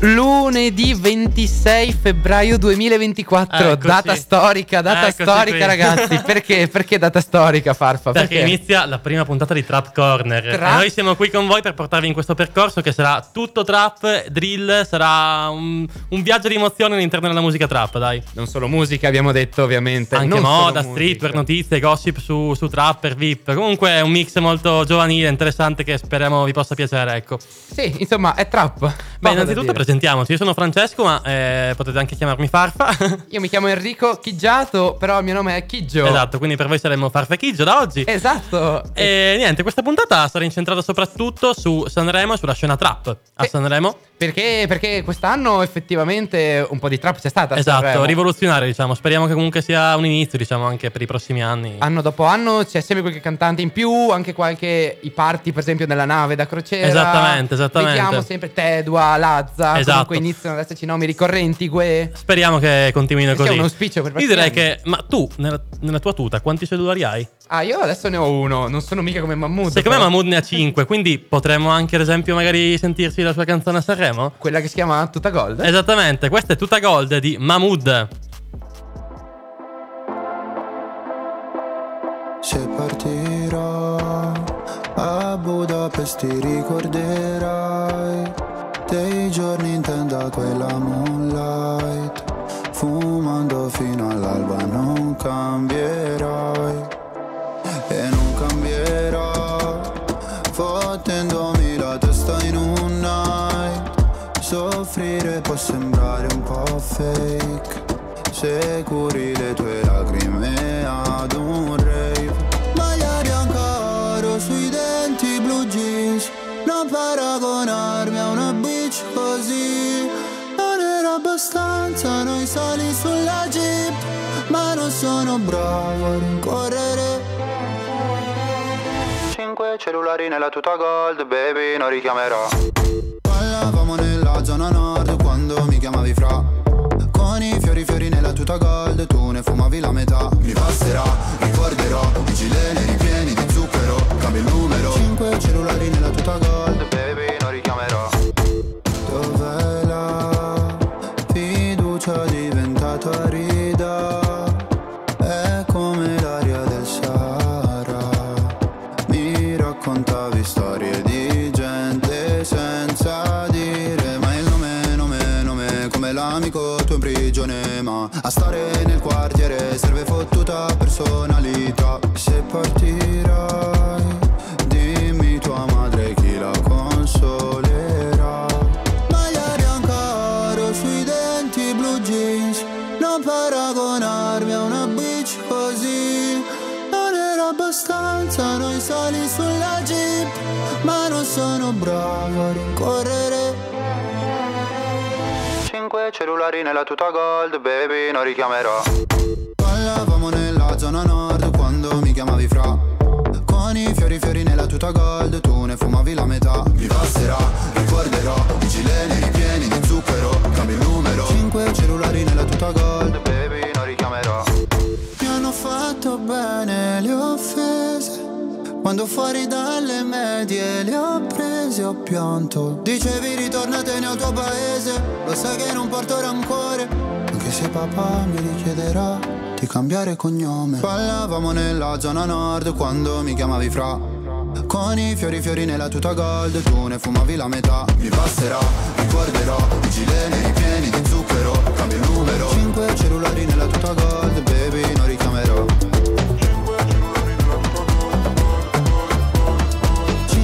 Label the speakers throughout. Speaker 1: Lunedì 26 febbraio 2024,
Speaker 2: Eccoci.
Speaker 1: data storica, data
Speaker 2: Eccoci
Speaker 1: storica
Speaker 2: qui.
Speaker 1: ragazzi. Perché? Perché data storica Farfa?
Speaker 2: Perché, inizia la prima puntata di Trap Corner.
Speaker 1: Trap-
Speaker 2: E noi siamo qui con voi per portarvi in questo percorso che sarà tutto trap, drill, sarà un, un viaggio di emozione all'interno della musica trap, dai.
Speaker 1: non solo musica abbiamo detto ovviamente.
Speaker 2: Anche
Speaker 1: non
Speaker 2: moda,
Speaker 1: solo
Speaker 2: streetwear,
Speaker 1: musica.
Speaker 2: notizie, gossip su, su trapper, VIP. Comunque è un mix molto giovanile, interessante che speriamo vi possa piacere, ecco.
Speaker 1: Sì, insomma è trap.
Speaker 2: Beh,
Speaker 1: Poco da
Speaker 2: innanzitutto
Speaker 1: dire.
Speaker 2: presentiamoci. Io sono Francesco, ma eh, potete anche chiamarmi Farfa.
Speaker 1: Io mi chiamo Enrico Chiggiato, però il mio nome è Chiggio.
Speaker 2: esatto, Eh. quindi per voi saremo Farfa e Chiggio da oggi.
Speaker 1: Esatto.
Speaker 2: E niente, questa puntata sarà incentrata soprattutto su Sanremo e sulla scena trap. A
Speaker 1: Sì.
Speaker 2: Sanremo,
Speaker 1: Perché, perché quest'anno effettivamente un po' di trap c'è stata. a
Speaker 2: esatto,
Speaker 1: Sanremo.
Speaker 2: rivoluzionaria, diciamo. Speriamo che comunque sia un inizio, diciamo, anche per i prossimi anni.
Speaker 1: Anno dopo anno c'è sempre qualche cantante in più, anche qualche i parti per esempio della nave da crociera.
Speaker 2: Esattamente, esattamente.
Speaker 1: Vediamo sempre Tedua, Lazza,
Speaker 2: Esatto.
Speaker 1: comunque iniziano ad esserci nomi ricorrenti, gue.
Speaker 2: Speriamo che continuino
Speaker 1: Che sia
Speaker 2: così.
Speaker 1: un auspicio per
Speaker 2: Io direi
Speaker 1: questi
Speaker 2: che. Ma tu, nella, nella tua tuta, quanti cellulari hai?
Speaker 1: Ah, io adesso ne ho uno, non sono mica come Mahmood.
Speaker 2: Secondo me
Speaker 1: però.
Speaker 2: Mahmood ne ha 5, quindi potremmo anche, ad esempio, magari sentirci la sua canzone a Sanremo?
Speaker 1: Quella che si chiama Tutta Gold.
Speaker 2: Esattamente, questa è tutta gold di Mahmood.
Speaker 3: Se partirò a Budapest ti ricorderai dei giorni in tenda quella moonlight Fumando fino all'alba non cambierai E non cambierò Fottendomi la testa in un night Soffrire può sembrare un po' fake Se curi le tue lacrime ad un rave Magliari ancora sui denti blu jeans Non paragonarmi a una bitch così Non era abbastanza noi sali sulla jeep Ma non sono bravo a rincorrere 5 cellulari nella tuta gold, baby, non richiamerò. Parlavamo nella zona nord quando mi chiamavi fra. Con i fiori fiori nella tuta gold, tu ne fumavi la metà. Mi passerà, ricorderò, i gileni ripieni di zucchero, cambia il numero. 5 cellulari nella tuta gold, baby, non richiamerò. Dov'è la fiducia diventata rida? È come l'aria del Sahara. Mi raccontavi storie di gente senza dire mai il nome, nome, nome. Come l'amico tuo in prigione, ma a stare nel quartiere serve fottuta personalità. Se partirai, dimmi tua madre chi la consolerà. Magliari ancora sui denti blu jeans Non paragonarmi a una bitch così Non era abbastanza noi sali sulla jeep Ma non sono bravo a rincorrere 5 cellulari nella tuta gold, baby, non richiamerò Parlavamo nella zona nord quando mi chiamavi fra Con i fiori fiori nella tuta gold tu ne fumavi la metà Mi passerà, ricorderò I gileni ripieni di zucchero, cambio il numero 5 cellulari nella tuta gold Baby non richiamerò Mi hanno fatto bene le offese quando fuori dalle medie le ho prese ho pianto Dicevi ritornatene al tuo paese Lo sai che non porto rancore Anche se papà mi richiederà di cambiare cognome Parlavamo nella zona nord quando mi chiamavi fra Con i fiori fiori nella tuta gold Tu ne fumavi la metà Mi passerà, ricorderò I gileni ripieni di zucchero Cambio il numero 5 cellulari nella tuta gold Baby non richiamerò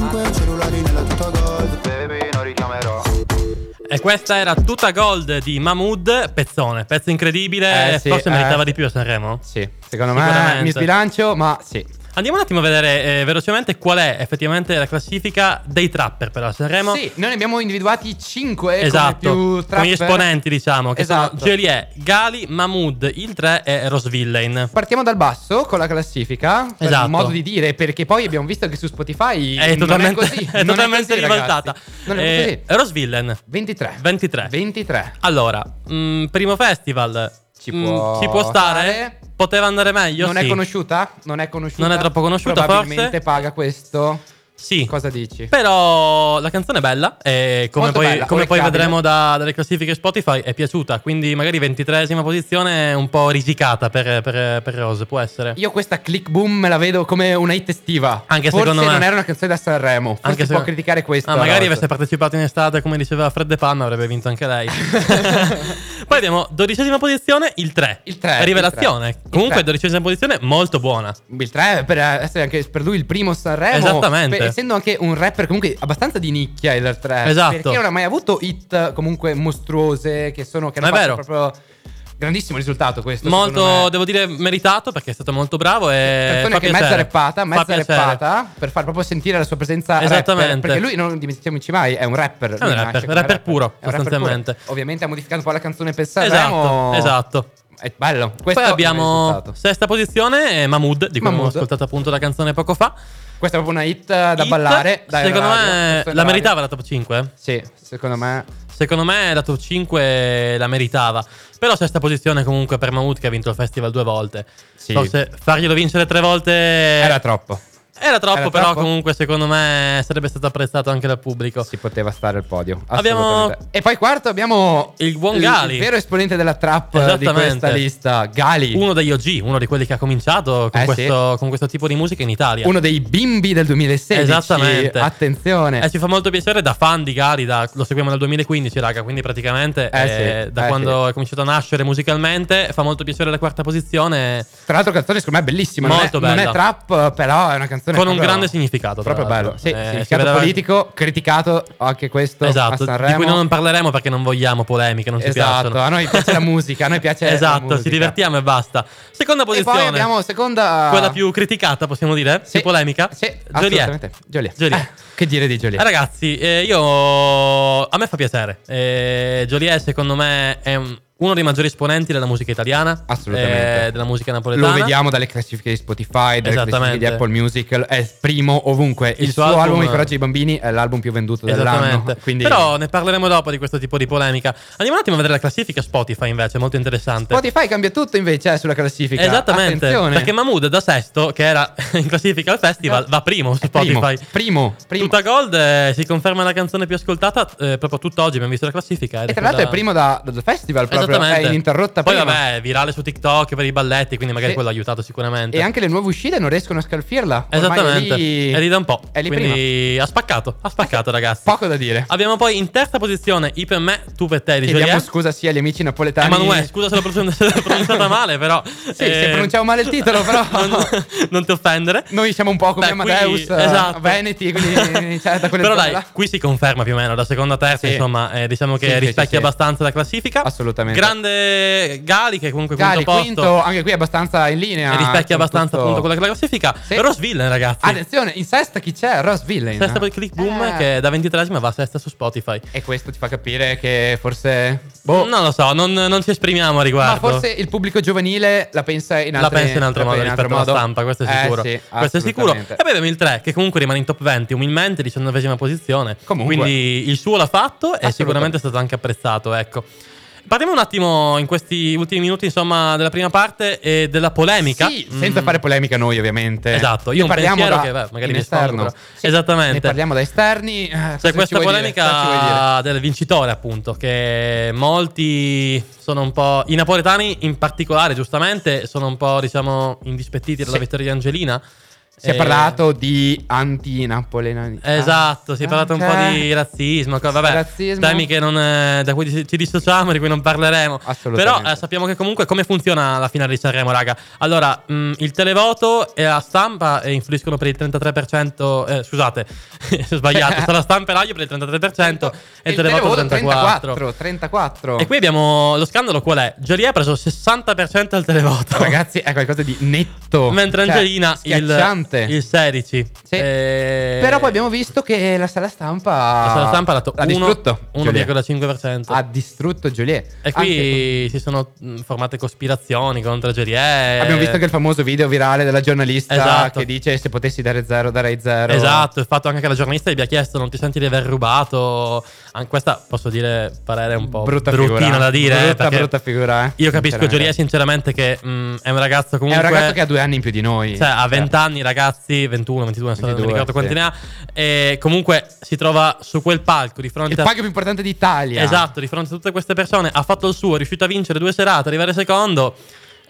Speaker 3: 5 cellulari nella tuta gold Baby non richiamerò
Speaker 2: E questa era tutta gold di Mahmood, pezzone, pezzo incredibile,
Speaker 1: Eh, sì,
Speaker 2: forse
Speaker 1: eh.
Speaker 2: meritava di più a Sanremo.
Speaker 1: Sì, secondo me
Speaker 2: Sicuramente.
Speaker 1: mi sbilancio, ma sì.
Speaker 2: Andiamo un attimo a vedere eh, velocemente qual è effettivamente la classifica dei trapper per la Sanremo.
Speaker 1: Sì, noi ne abbiamo individuati 5
Speaker 2: Esatto,
Speaker 1: come più
Speaker 2: con gli
Speaker 1: trapper.
Speaker 2: esponenti diciamo che
Speaker 1: Esatto.
Speaker 2: sono Gelie, Gali, Mahmood, il 3 e Rosvillain.
Speaker 1: Partiamo dal basso con la classifica, per
Speaker 2: Esatto.
Speaker 1: modo di dire, perché poi abbiamo visto che su Spotify
Speaker 2: È
Speaker 1: non è
Speaker 2: totalmente,
Speaker 1: così,
Speaker 2: è
Speaker 1: non
Speaker 2: totalmente
Speaker 1: così,
Speaker 2: ribaltata.
Speaker 1: ragazzi. Non è
Speaker 2: Eh,
Speaker 1: così.
Speaker 2: Rosvillain,
Speaker 1: 23.
Speaker 2: 23.
Speaker 1: 23.
Speaker 2: Allora, mh, primo festival
Speaker 1: Ci
Speaker 2: mh,
Speaker 1: può
Speaker 2: ci può stare?
Speaker 1: stare.
Speaker 2: Poteva andare meglio,
Speaker 1: non
Speaker 2: sì.
Speaker 1: è conosciuta? Non è conosciuta.
Speaker 2: Non è troppo conosciuta,
Speaker 1: Probabilmente
Speaker 2: forse?
Speaker 1: paga questo.
Speaker 2: Sì.
Speaker 1: Cosa dici?
Speaker 2: Però la canzone è bella e come
Speaker 1: Molto
Speaker 2: poi,
Speaker 1: bella,
Speaker 2: come poi
Speaker 1: orecchiabile.
Speaker 2: vedremo da- dalle classifiche Spotify è piaciuta, quindi magari ventitresima posizione è un po' risicata per, per, per Rose, può essere.
Speaker 1: Io questa click boom me la vedo come una hit estiva.
Speaker 2: Anche
Speaker 1: Forse
Speaker 2: secondo me.
Speaker 1: non era una canzone da Sanremo. Forse
Speaker 2: Anche
Speaker 1: si
Speaker 2: se-
Speaker 1: può criticare questo.
Speaker 2: Ah, magari
Speaker 1: Rose.
Speaker 2: avesse partecipato in estate, come diceva Fred De Panna, avrebbe vinto anche lei. Poi abbiamo dodicesima posizione, il 3.
Speaker 1: Il tre,
Speaker 2: Rivelazione.
Speaker 1: il tre. Il
Speaker 2: Comunque,
Speaker 1: tre.
Speaker 2: dodicesima posizione, molto buona.
Speaker 1: Il 3 per eh, essere anche per lui il primo Sanremo.
Speaker 2: Esattamente.
Speaker 1: Per- essendo anche un rapper comunque abbastanza di nicchia il 3.
Speaker 2: Esatto.
Speaker 1: Perché non ha mai avuto hit comunque mostruose che sono che hanno
Speaker 2: È
Speaker 1: fatto
Speaker 2: vero.
Speaker 1: proprio grandissimo risultato questo. secondo
Speaker 2: Molto,
Speaker 1: me.
Speaker 2: devo dire, meritato perché è stato molto bravo. E
Speaker 1: canzone
Speaker 2: fa
Speaker 1: che è mezza
Speaker 2: piacere.
Speaker 1: reppata,
Speaker 2: Fa
Speaker 1: mezza
Speaker 2: piacere.
Speaker 1: reppata per far proprio sentire la sua presenza rapper,
Speaker 2: Esattamente.
Speaker 1: perché lui non dimentichiamoci mai, è un rapper,
Speaker 2: un rapper, rapper puro, sostanzialmente.
Speaker 1: Ovviamente ha modificato un po' la canzone per Sanremo.
Speaker 2: Esatto, esatto.
Speaker 1: È bello. Questo
Speaker 2: Poi
Speaker 1: è il
Speaker 2: abbiamo
Speaker 1: risultato.
Speaker 2: sesta posizione, eh, Mahmood, di cui abbiamo
Speaker 1: Mahmood.
Speaker 2: ascoltato appunto la canzone poco fa.
Speaker 1: Questa è proprio una hit eh, da
Speaker 2: Hit,
Speaker 1: ballare. dai,
Speaker 2: secondo
Speaker 1: radio,
Speaker 2: me
Speaker 1: questo è
Speaker 2: la
Speaker 1: radio.
Speaker 2: meritava la top 5. eh.
Speaker 1: Sì, secondo me.
Speaker 2: Secondo me la top 5 la meritava. Però sesta posizione comunque per Mahmood che ha vinto il festival due volte.
Speaker 1: Sì.
Speaker 2: Forse farglielo vincere tre volte
Speaker 1: Era troppo.
Speaker 2: Era troppo,
Speaker 1: era
Speaker 2: però
Speaker 1: troppo?
Speaker 2: comunque secondo me sarebbe stato apprezzato anche dal pubblico.
Speaker 1: Si poteva stare al podio.
Speaker 2: Ecco. Abbiamo-
Speaker 1: assolutamente. E poi quarto abbiamo
Speaker 2: Il buon
Speaker 1: il-
Speaker 2: Gali.
Speaker 1: Il vero esponente della trap eh, di
Speaker 2: Esattamente.
Speaker 1: questa lista, Gali.
Speaker 2: Uno degli OG, uno di quelli che ha cominciato con,
Speaker 1: Eh, sì.
Speaker 2: questo, con questo tipo di musica in Italia.
Speaker 1: Uno dei bimbi del 2016.
Speaker 2: Esattamente.
Speaker 1: Attenzione.
Speaker 2: Eh, ci fa molto piacere da fan di Gali, da- lo seguiamo dal 2015, raga, quindi praticamente
Speaker 1: Eh,
Speaker 2: eh,
Speaker 1: sì,
Speaker 2: da
Speaker 1: eh,
Speaker 2: quando è cominciato a nascere musicalmente fa molto piacere la quarta posizione
Speaker 1: Tra l'altro, canzone secondo me è bellissima.
Speaker 2: Molto
Speaker 1: non, è, non
Speaker 2: bella.
Speaker 1: è trap, però è una canzone
Speaker 2: con un
Speaker 1: proprio-
Speaker 2: grande significato. tra
Speaker 1: Proprio bello.
Speaker 2: l'altro.
Speaker 1: Sì,
Speaker 2: Eh, si
Speaker 1: significato
Speaker 2: vedeva-
Speaker 1: politico, criticato anche questo
Speaker 2: Esatto,
Speaker 1: a Sanremo.
Speaker 2: di cui non parleremo perché non vogliamo polemiche, non ci
Speaker 1: Esatto,
Speaker 2: piacciono.
Speaker 1: a noi piace la musica, a noi piace la
Speaker 2: Esatto, ci
Speaker 1: musica.
Speaker 2: divertiamo e basta. Seconda
Speaker 1: E
Speaker 2: posizione.
Speaker 1: poi abbiamo seconda.
Speaker 2: Quella più criticata, possiamo dire?
Speaker 1: Sì,
Speaker 2: più polemica?
Speaker 1: Sì,
Speaker 2: Joliet.
Speaker 1: assolutamente. Joliet.
Speaker 2: Joliet.
Speaker 1: Ah, che dire di
Speaker 2: Eh,
Speaker 1: Joliet?
Speaker 2: Ragazzi, eh, io a me fa piacere. Eh, Joliet, secondo me, è un- uno dei maggiori esponenti della musica italiana.
Speaker 1: Assolutamente.
Speaker 2: eh, della musica napoletana.
Speaker 1: Lo vediamo dalle classifiche di Spotify, dalle classifiche
Speaker 2: Esattamente.
Speaker 1: di Apple Music, è primo ovunque. Il, suo, album, cioè I Coraggi dei Bambini, è l'album più venduto Esatto, dell'anno.
Speaker 2: Esattamente.
Speaker 1: Quindi
Speaker 2: Però ne parleremo dopo di questo tipo di polemica. Andiamo un attimo a vedere la classifica Spotify, invece, è molto interessante.
Speaker 1: Spotify cambia tutto invece eh, sulla classifica.
Speaker 2: Esattamente,
Speaker 1: Attenzione. Eh,
Speaker 2: perché Mahmood da sesto, che era in classifica al festival, va primo su
Speaker 1: È primo,
Speaker 2: Spotify.
Speaker 1: primo, primo.
Speaker 2: Tutta Gold eh, si conferma la canzone più ascoltata eh, proprio tutt'oggi, abbiamo visto la classifica. ed
Speaker 1: E tra l'altro è primo
Speaker 2: quella-
Speaker 1: da, da The Festival proprio, è
Speaker 2: Esattamente.
Speaker 1: ininterrotta
Speaker 2: Poi
Speaker 1: prima.
Speaker 2: vabbè, virale su TikTok per i balletti, quindi magari
Speaker 1: Sì.
Speaker 2: quello ha aiutato sicuramente.
Speaker 1: E anche le nuove uscite non riescono a scalfirla. Ormai
Speaker 2: Esattamente,
Speaker 1: È lì,
Speaker 2: è lì da un po'.
Speaker 1: È lì prima. Eh
Speaker 2: quindi ha spaccato, ha spaccato ragazzi.
Speaker 1: Poco da dire.
Speaker 2: Abbiamo poi in terza posizione I per me, tu per te di
Speaker 1: Chiediamo
Speaker 2: Joliet.
Speaker 1: scusa sia agli amici napoletani.
Speaker 2: Eh, Emanuele, scusa se l'ho pronun- se l'ho pronunciata male, però. eh,
Speaker 1: Sì, se pronunciamo male il titolo, però-
Speaker 2: non, non ti offendere.
Speaker 1: Noi siamo un po' come
Speaker 2: Beh, qui-
Speaker 1: Amadeus, eh,
Speaker 2: esatto.
Speaker 1: Veneti, quindi cioè, da quelle
Speaker 2: Però
Speaker 1: zone
Speaker 2: dai,
Speaker 1: là.
Speaker 2: qui si conferma più o meno, da seconda a terza,
Speaker 1: Sì.
Speaker 2: insomma, eh, diciamo che
Speaker 1: Sì, sì,
Speaker 2: rispecchia
Speaker 1: sì, sì.
Speaker 2: abbastanza la classifica.
Speaker 1: Assolutamente.
Speaker 2: Grande Gali, che comunque
Speaker 1: Gali,
Speaker 2: quinto posto.
Speaker 1: quinto, anche qui abbastanza in linea. eh,
Speaker 2: e rispecchia
Speaker 1: soprattutto-
Speaker 2: abbastanza appunto quella che la classifica.
Speaker 1: Sì.
Speaker 2: Rosville, ragazzi.
Speaker 1: Attenzione, in sesta chi c'è? Ross Villain.
Speaker 2: Sesta per Click Boom,
Speaker 1: Eh.
Speaker 2: che da 23esima va a sesta su Spotify.
Speaker 1: E questo ti fa capire che forse... Boh,
Speaker 2: Non lo so, non, non ci esprimiamo a riguardo.
Speaker 1: ma forse il pubblico giovanile la pensa in,
Speaker 2: la
Speaker 1: altre-
Speaker 2: pensa in altro modo
Speaker 1: in
Speaker 2: rispetto alla stampa, questo è
Speaker 1: Eh,
Speaker 2: sicuro.
Speaker 1: sì,
Speaker 2: questo è sicuro. Eh, E
Speaker 1: assolutamente.
Speaker 2: poi abbiamo il 3, che comunque rimane in top 20, umilmente 19esima posizione.
Speaker 1: Comunque.
Speaker 2: Quindi il suo l'ha fatto e
Speaker 1: Assolutamente.
Speaker 2: sicuramente è stato anche apprezzato, ecco. Parliamo un attimo in questi ultimi minuti, insomma, della prima parte e della polemica.
Speaker 1: Sì, senza
Speaker 2: Mm.
Speaker 1: fare polemica noi ovviamente.
Speaker 2: Esatto, io
Speaker 1: Ne
Speaker 2: un pensiero che, beh,
Speaker 1: in
Speaker 2: magari mi
Speaker 1: esterno.
Speaker 2: sfondo, però. Esattamente.
Speaker 1: Ne parliamo da esterni. eh, cosa
Speaker 2: C'è
Speaker 1: ci
Speaker 2: questa
Speaker 1: vuoi dire? Cosa ci vuoi dire?
Speaker 2: polemica del vincitore, appunto, che molti sono un po'. I napoletani, in particolare, giustamente, sono un po', diciamo, indispettiti dalla
Speaker 1: Sì.
Speaker 2: vittoria di Angelina.
Speaker 1: Si è
Speaker 2: Eh,
Speaker 1: parlato di anti-napoleonità.
Speaker 2: Esatto, si è parlato un po'
Speaker 1: Cioè,
Speaker 2: di razzismo, co- vabbè,
Speaker 1: Razzismo.
Speaker 2: temi che non, eh, da cui ci ci dissociamo, di cui non parleremo.
Speaker 1: Assolutamente.
Speaker 2: Però eh, sappiamo che comunque come funziona la finale di Sanremo, raga. Allora, mh, il televoto e la stampa eh, influiscono per il 33%, eh, scusate, ho sbagliato, sta la stampa e l'audio per il 33% e il, televoto
Speaker 1: televoto
Speaker 2: il 34%.
Speaker 1: 34. 34.
Speaker 2: E qui abbiamo lo scandalo qual è? Giulia ha preso il 60% al televoto.
Speaker 1: Ragazzi, è qualcosa di netto.
Speaker 2: Mentre
Speaker 1: Cioè,
Speaker 2: Angelina il,
Speaker 1: schiacciante.
Speaker 2: il 16.
Speaker 1: Sì.
Speaker 2: Eh,
Speaker 1: Però poi abbiamo visto che la sala stampa.
Speaker 2: La sala stampa ha dato
Speaker 1: ha
Speaker 2: uno-
Speaker 1: Ah, distrutto. Joliet.
Speaker 2: 1,5%.
Speaker 1: Ha distrutto Joliet.
Speaker 2: E
Speaker 1: Anche-
Speaker 2: qui si sono mh, formate cospirazioni contro Eh, Gerie.
Speaker 1: Abbiamo visto anche il famoso video virale della giornalista
Speaker 2: Esatto.
Speaker 1: che dice se potessi dare zero darei zero.
Speaker 2: Esatto, il fatto anche che la giornalista gli abbia chiesto non ti senti di aver rubato. Anche questa posso dire parere un po'
Speaker 1: Brutta
Speaker 2: bruttina
Speaker 1: figura.
Speaker 2: da dire. eh,
Speaker 1: Brutta,
Speaker 2: perché
Speaker 1: brutta figura, eh.
Speaker 2: Io capisco
Speaker 1: Sinceramente.
Speaker 2: Gerie sinceramente che mh, è un ragazzo
Speaker 1: È
Speaker 2: comunque...
Speaker 1: un ragazzo che ha due anni in più di noi.
Speaker 2: Cioè, a 20 anni, ragazzi, 21, 22, non so- non mi
Speaker 1: 22,
Speaker 2: ricordo quanti
Speaker 1: sì.
Speaker 2: ne ha. E comunque si trova su quel palco di fronte
Speaker 1: Cioè, Il
Speaker 2: a
Speaker 1: palco più importante d'Italia.
Speaker 2: Esatto, di fronte a tutte queste persone ha fatto il suo, è riuscito a vincere due serate, arrivare secondo.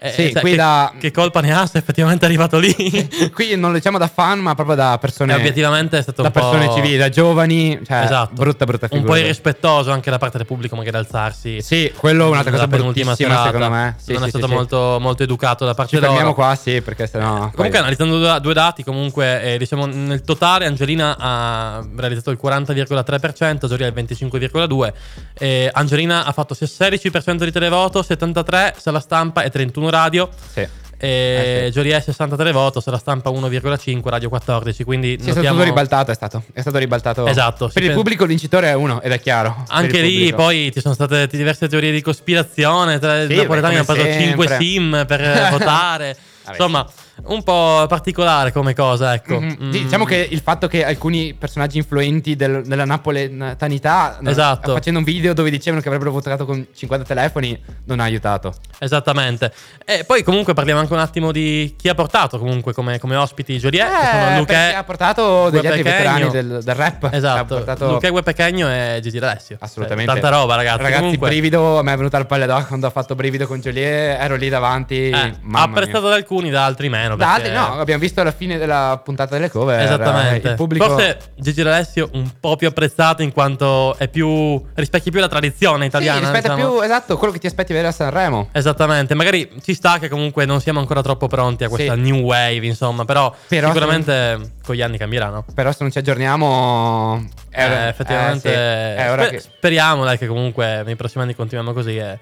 Speaker 2: Eh,
Speaker 1: Sì,
Speaker 2: cioè,
Speaker 1: qui
Speaker 2: che,
Speaker 1: da-
Speaker 2: che colpa ne ha se effettivamente è arrivato lì? E
Speaker 1: Qui non lo diciamo da fan, ma proprio da persone.
Speaker 2: obiettivamente è stato
Speaker 1: da
Speaker 2: un po'...
Speaker 1: persone civili, da giovani. Cioè,
Speaker 2: Esatto.
Speaker 1: brutta, brutta
Speaker 2: Un
Speaker 1: figura.
Speaker 2: po' irrispettoso anche da parte del pubblico magari alzarsi.
Speaker 1: Sì, quello è un'altra cosa
Speaker 2: nella penultima
Speaker 1: bruttissima,
Speaker 2: serata.
Speaker 1: secondo me. Sì, sì,
Speaker 2: non è
Speaker 1: sì,
Speaker 2: stato
Speaker 1: sì.
Speaker 2: molto, molto educato da parte
Speaker 1: Ci
Speaker 2: loro.
Speaker 1: fermiamo qua, sì, perché sennò.
Speaker 2: Comunque,
Speaker 1: poi-
Speaker 2: analizzando due- due dati, comunque, eh, diciamo, nel totale Angelina ha realizzato il 40,3%, Zoria il 25,2%. eh, Angelina ha fatto 16% di televoto, 73% sala stampa e 31 radio.
Speaker 1: Sì. Eh,
Speaker 2: E
Speaker 1: sì.
Speaker 2: Zoria è 60 televoto, sala stampa 1,5, radio 14. Quindi
Speaker 1: Sì, è stato
Speaker 2: notiamo-
Speaker 1: tutto ribaltato, è stato, è stato ribaltato.
Speaker 2: Esatto, sì,
Speaker 1: Per il
Speaker 2: penso-
Speaker 1: pubblico il vincitore è uno, ed è chiaro. per
Speaker 2: Anche
Speaker 1: il
Speaker 2: lì
Speaker 1: pubblico.
Speaker 2: poi ci sono state t- diverse teorie di cospirazione, tra
Speaker 1: Sì,
Speaker 2: i napoletani
Speaker 1: beh,
Speaker 2: hanno
Speaker 1: come
Speaker 2: preso 5
Speaker 1: sempre.
Speaker 2: sim per eh, votare.
Speaker 1: Vabbè.
Speaker 2: Insomma, un po' particolare come cosa, ecco.
Speaker 1: Mhm.
Speaker 2: Mm.
Speaker 1: Sì, diciamo che il fatto che alcuni personaggi influenti del- della napoletanità no,
Speaker 2: Esatto.
Speaker 1: facendo un video dove dicevano che avrebbero votato con 50 telefoni non ha aiutato.
Speaker 2: Esattamente. E poi comunque parliamo anche un attimo di chi ha portato comunque come, come ospiti Joliet, che sono
Speaker 1: Eh,
Speaker 2: Luque.
Speaker 1: perché ha portato degli altri
Speaker 2: Guepechegno.
Speaker 1: veterani del, del rap. Ha
Speaker 2: Esatto,
Speaker 1: portato
Speaker 2: Luque Guepechegno e Gigi D'Alessio.
Speaker 1: assolutamente
Speaker 2: Cioè, tanta roba ragazzi.
Speaker 1: Ragazzi,
Speaker 2: comunque,
Speaker 1: brivido, a me è venuto al palle d'oca quando ha fatto brivido con Joliet, ero lì davanti.
Speaker 2: eh,
Speaker 1: mamma mia.
Speaker 2: apprezzato da alcuni, da altri meno.
Speaker 1: Da
Speaker 2: perché-
Speaker 1: altri no, abbiamo visto alla fine della puntata delle cover. eh,
Speaker 2: Esattamente.
Speaker 1: Il pubblico
Speaker 2: Forse Gigi D'Alessio un po' più apprezzato in quanto è più, rispecchia più la tradizione italiana.
Speaker 1: Sì, rispetta
Speaker 2: diciamo.
Speaker 1: più esatto quello che ti aspetti vedere a Sanremo.
Speaker 2: Esattamente, magari ci sta che comunque non siamo ancora troppo pronti a questa
Speaker 1: Sì.
Speaker 2: new wave, insomma, però,
Speaker 1: Però
Speaker 2: sicuramente con gli anni cambierà, no?
Speaker 1: Però se non ci aggiorniamo. eh,
Speaker 2: Eh, effettivamente.
Speaker 1: eh, sì, è ora
Speaker 2: sper-
Speaker 1: che-
Speaker 2: Speriamo dai, che comunque nei prossimi anni continuiamo così. E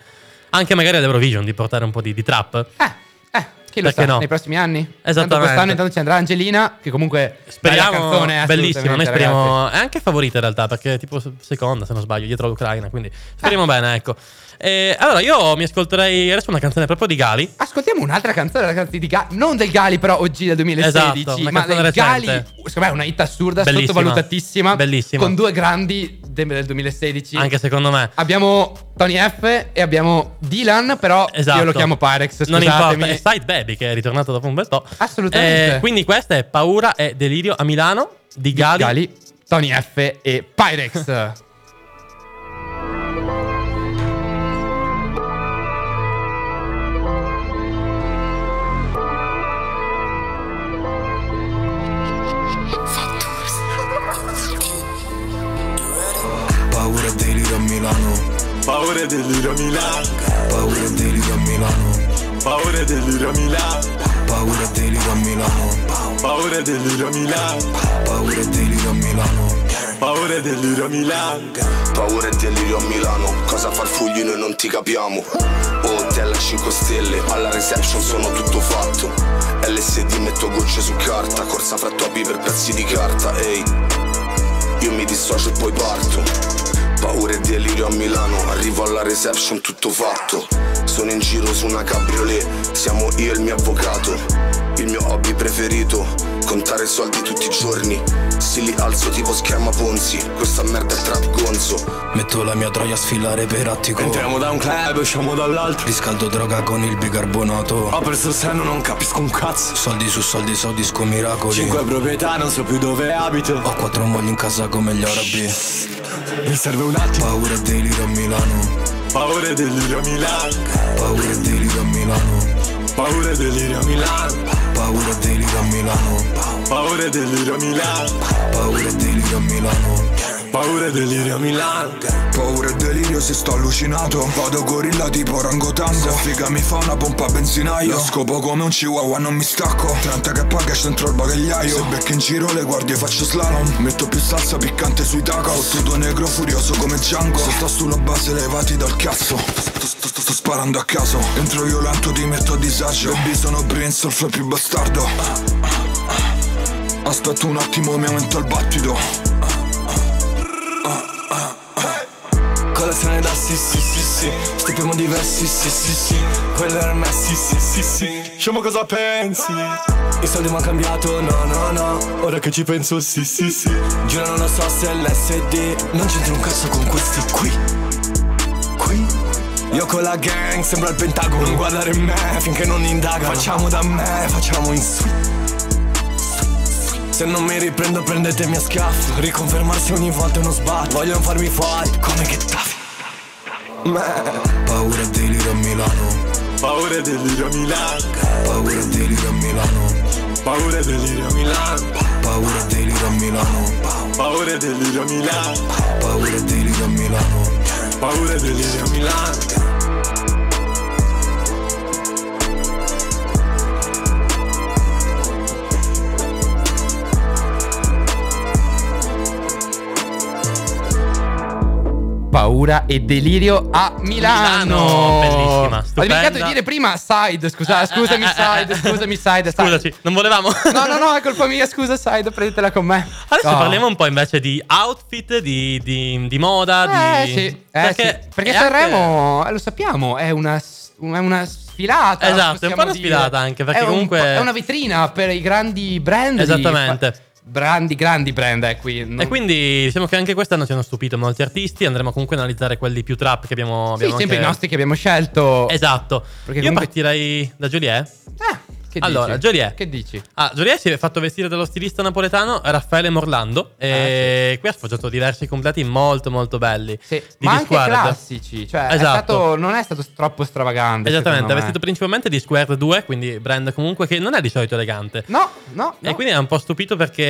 Speaker 2: anche magari all'Eurovision di portare un po' di, di trap.
Speaker 1: Eh, eh, chi lo sa,
Speaker 2: Perché no?
Speaker 1: nei prossimi anni?
Speaker 2: Esattamente.
Speaker 1: Tanto quest'anno intanto ci andrà Angelina, che comunque
Speaker 2: Speriamo,
Speaker 1: bella canzone,
Speaker 2: bellissima. Noi
Speaker 1: assolutamente,
Speaker 2: speriamo.
Speaker 1: ragazzi.
Speaker 2: È anche favorita in realtà, perché è tipo seconda, se non sbaglio, dietro all'Ucraina. Quindi speriamo
Speaker 1: Eh.
Speaker 2: bene, ecco. E allora io mi ascolterei adesso una canzone proprio di Gali.
Speaker 1: Ascoltiamo un'altra canzone, ragazzi, di Ga- non del Gali, però oggi del 2016,
Speaker 2: Esatto, una
Speaker 1: ma
Speaker 2: canzone
Speaker 1: del
Speaker 2: recente.
Speaker 1: Gali, secondo me è una hit assurda,
Speaker 2: Bellissima.
Speaker 1: sottovalutatissima,
Speaker 2: Bellissima.
Speaker 1: con due grandi de- del 2016.
Speaker 2: Anche secondo me.
Speaker 1: Abbiamo Tony F e abbiamo Dylan, però
Speaker 2: Esatto.
Speaker 1: io lo chiamo Parex,
Speaker 2: Non importa. È
Speaker 1: scusatemi.
Speaker 2: Side Baby che è ritornato dopo un bel po'.
Speaker 1: Assolutamente.
Speaker 2: Eh, quindi questa è Paura e Delirio a Milano di Gali.
Speaker 1: Gali, Tony F e Pyrex.
Speaker 4: Paura e delirio a Milano,
Speaker 5: Paura e delirio a Milano,
Speaker 4: paura e delirio a Milano,
Speaker 5: paura e delirio a Milano,
Speaker 4: paura e delirio a Milano,
Speaker 5: paura e delirio a Milano,
Speaker 4: paura e delirio a Milano.
Speaker 5: paura e delirio a Milano.
Speaker 6: Paura e delirio a Milano, cosa farfugli noi non ti capiamo. Oh, Hotel a 5 stelle, alla reception sono tutto fatto. LSD metto gocce su carta, corsa fra topi per pezzi di carta, ehi. Io mi dissocio e poi parto. Paura e delirio a Milano, arrivo alla reception tutto fatto. Sono in giro su una cabriolet, siamo io e il mio avvocato. Il mio hobby preferito, contare soldi tutti i giorni. Si li alzo tipo schema Ponzi, questa merda è trap gonzo.
Speaker 4: Metto la mia troia a sfilare per attico.
Speaker 5: Entriamo da un club e usciamo dall'altro.
Speaker 4: Riscaldo droga con il bicarbonato.
Speaker 5: Ho perso il senno, non capisco un cazzo.
Speaker 4: Soldi su soldi, soldi disco miracoli.
Speaker 5: Cinque proprietà, non so più dove Eh, abito.
Speaker 4: Ho quattro mogli in casa come gli arabi.
Speaker 5: Mi serve un attimo.
Speaker 4: Paura e delirio a Milano,
Speaker 5: Paura e delirio a Milano,
Speaker 4: paura e delirio a Milano,
Speaker 5: paura e delirio a Milano,
Speaker 4: paura e delirio a Milano,
Speaker 5: paura e delirio a Milano,
Speaker 4: paura e delirio a Milano.
Speaker 5: paura e delirio a Milano.
Speaker 7: Paura e delirio se sto allucinato Vado gorilla tipo rangotango Figa mi fa una pompa a benzinaio Lo scopo come un chihuahua non mi stacco 30 che paga dentro il bagagliaio Se becco in giro le guardie faccio slalom Metto più salsa piccante sui taco Fottuto negro furioso come Django Se sto sulla base levati dal cazzo Sto, sto- sto- sto sparando a caso Entro violento ti metto a disagio Baby sono Prince il flow più bastardo Aspetta un attimo mi aumento il battito
Speaker 5: Colazione da sì sì sì sì Stipiamo diversi sì sì sì Quello era me sì sì sì sì Sciamo cosa pensi? I soldi mi hanno cambiato no no no Ora che ci penso sì sì sì Giuro non lo so se è l'SD Non c'entro un cazzo con questi qui Qui io con la gang sembra il pentagono Non guardare me finché non indaga Facciamo da me, facciamo in su
Speaker 8: Se non mi riprendo prendetemi a schiaffi Riconfermarsi ogni volta è uno sbatto Vogliono farmi fuori come che taffi
Speaker 9: Paura e delirio a Milano
Speaker 8: Paura e delirio a Milano
Speaker 9: Paura e delirio a Milano
Speaker 8: Paura e delirio a Milano
Speaker 9: Paura e delirio a Milano
Speaker 8: Paura e delirio a Milano
Speaker 9: Paura e delirio a Milano
Speaker 8: Paura e delirio a Milano
Speaker 1: Paura e delirio a Milano.
Speaker 2: Milano, bellissima,
Speaker 1: Ho
Speaker 2: stupenda.
Speaker 1: dimenticato di dire prima side. Scusa, scusami,
Speaker 2: eh, eh,
Speaker 1: side.
Speaker 2: eh.
Speaker 1: Scusami, side. side.
Speaker 2: Scusaci, non volevamo.
Speaker 1: No, no, no, è colpa mia. Scusa, side. Prendetela con me.
Speaker 2: Adesso
Speaker 1: No.
Speaker 2: parliamo un po' invece di outfit, di, di- di moda,
Speaker 1: Eh,
Speaker 2: di...
Speaker 1: sì. eh, perché, sì. perché
Speaker 2: è anche-
Speaker 1: Sanremo, eh, lo sappiamo, è una, s- è una sfilata.
Speaker 2: Esatto, è un
Speaker 1: possiamo
Speaker 2: po' una
Speaker 1: dire.
Speaker 2: sfilata anche, perché
Speaker 1: È un
Speaker 2: comunque-
Speaker 1: po' è una vetrina per i grandi brand. di-
Speaker 2: Esattamente.
Speaker 1: fa- Grandi, grandi brand, eh, qui. non-
Speaker 2: E quindi diciamo che anche quest'anno ci hanno stupito molti artisti, andremo comunque a analizzare quelli più trap che abbiamo...
Speaker 1: Sì,
Speaker 2: abbiamo
Speaker 1: sempre i
Speaker 2: anche-
Speaker 1: nostri che abbiamo scelto.
Speaker 2: Esatto.
Speaker 1: Perché
Speaker 2: Io
Speaker 1: comunque-
Speaker 2: partirei da Joliet.
Speaker 1: Ah, che
Speaker 2: Allora,
Speaker 1: dici?
Speaker 2: Joliet.
Speaker 1: Che dici?
Speaker 2: Ah, Giulia si è fatto vestire dallo stilista napoletano Raffaele Morlando e qui ha sfoggiato diversi completi molto molto belli.
Speaker 1: Ah, Sì,
Speaker 2: Di
Speaker 1: ma anche
Speaker 2: Discord.
Speaker 1: classici, cioè è
Speaker 2: Esatto.
Speaker 1: stato- non è stato troppo stravagante.
Speaker 2: Esattamente, ha
Speaker 1: secondo me.
Speaker 2: vestito principalmente di Square 2, quindi brand comunque che non è di solito elegante.
Speaker 1: No, no. no.
Speaker 2: E quindi è un po' stupito perché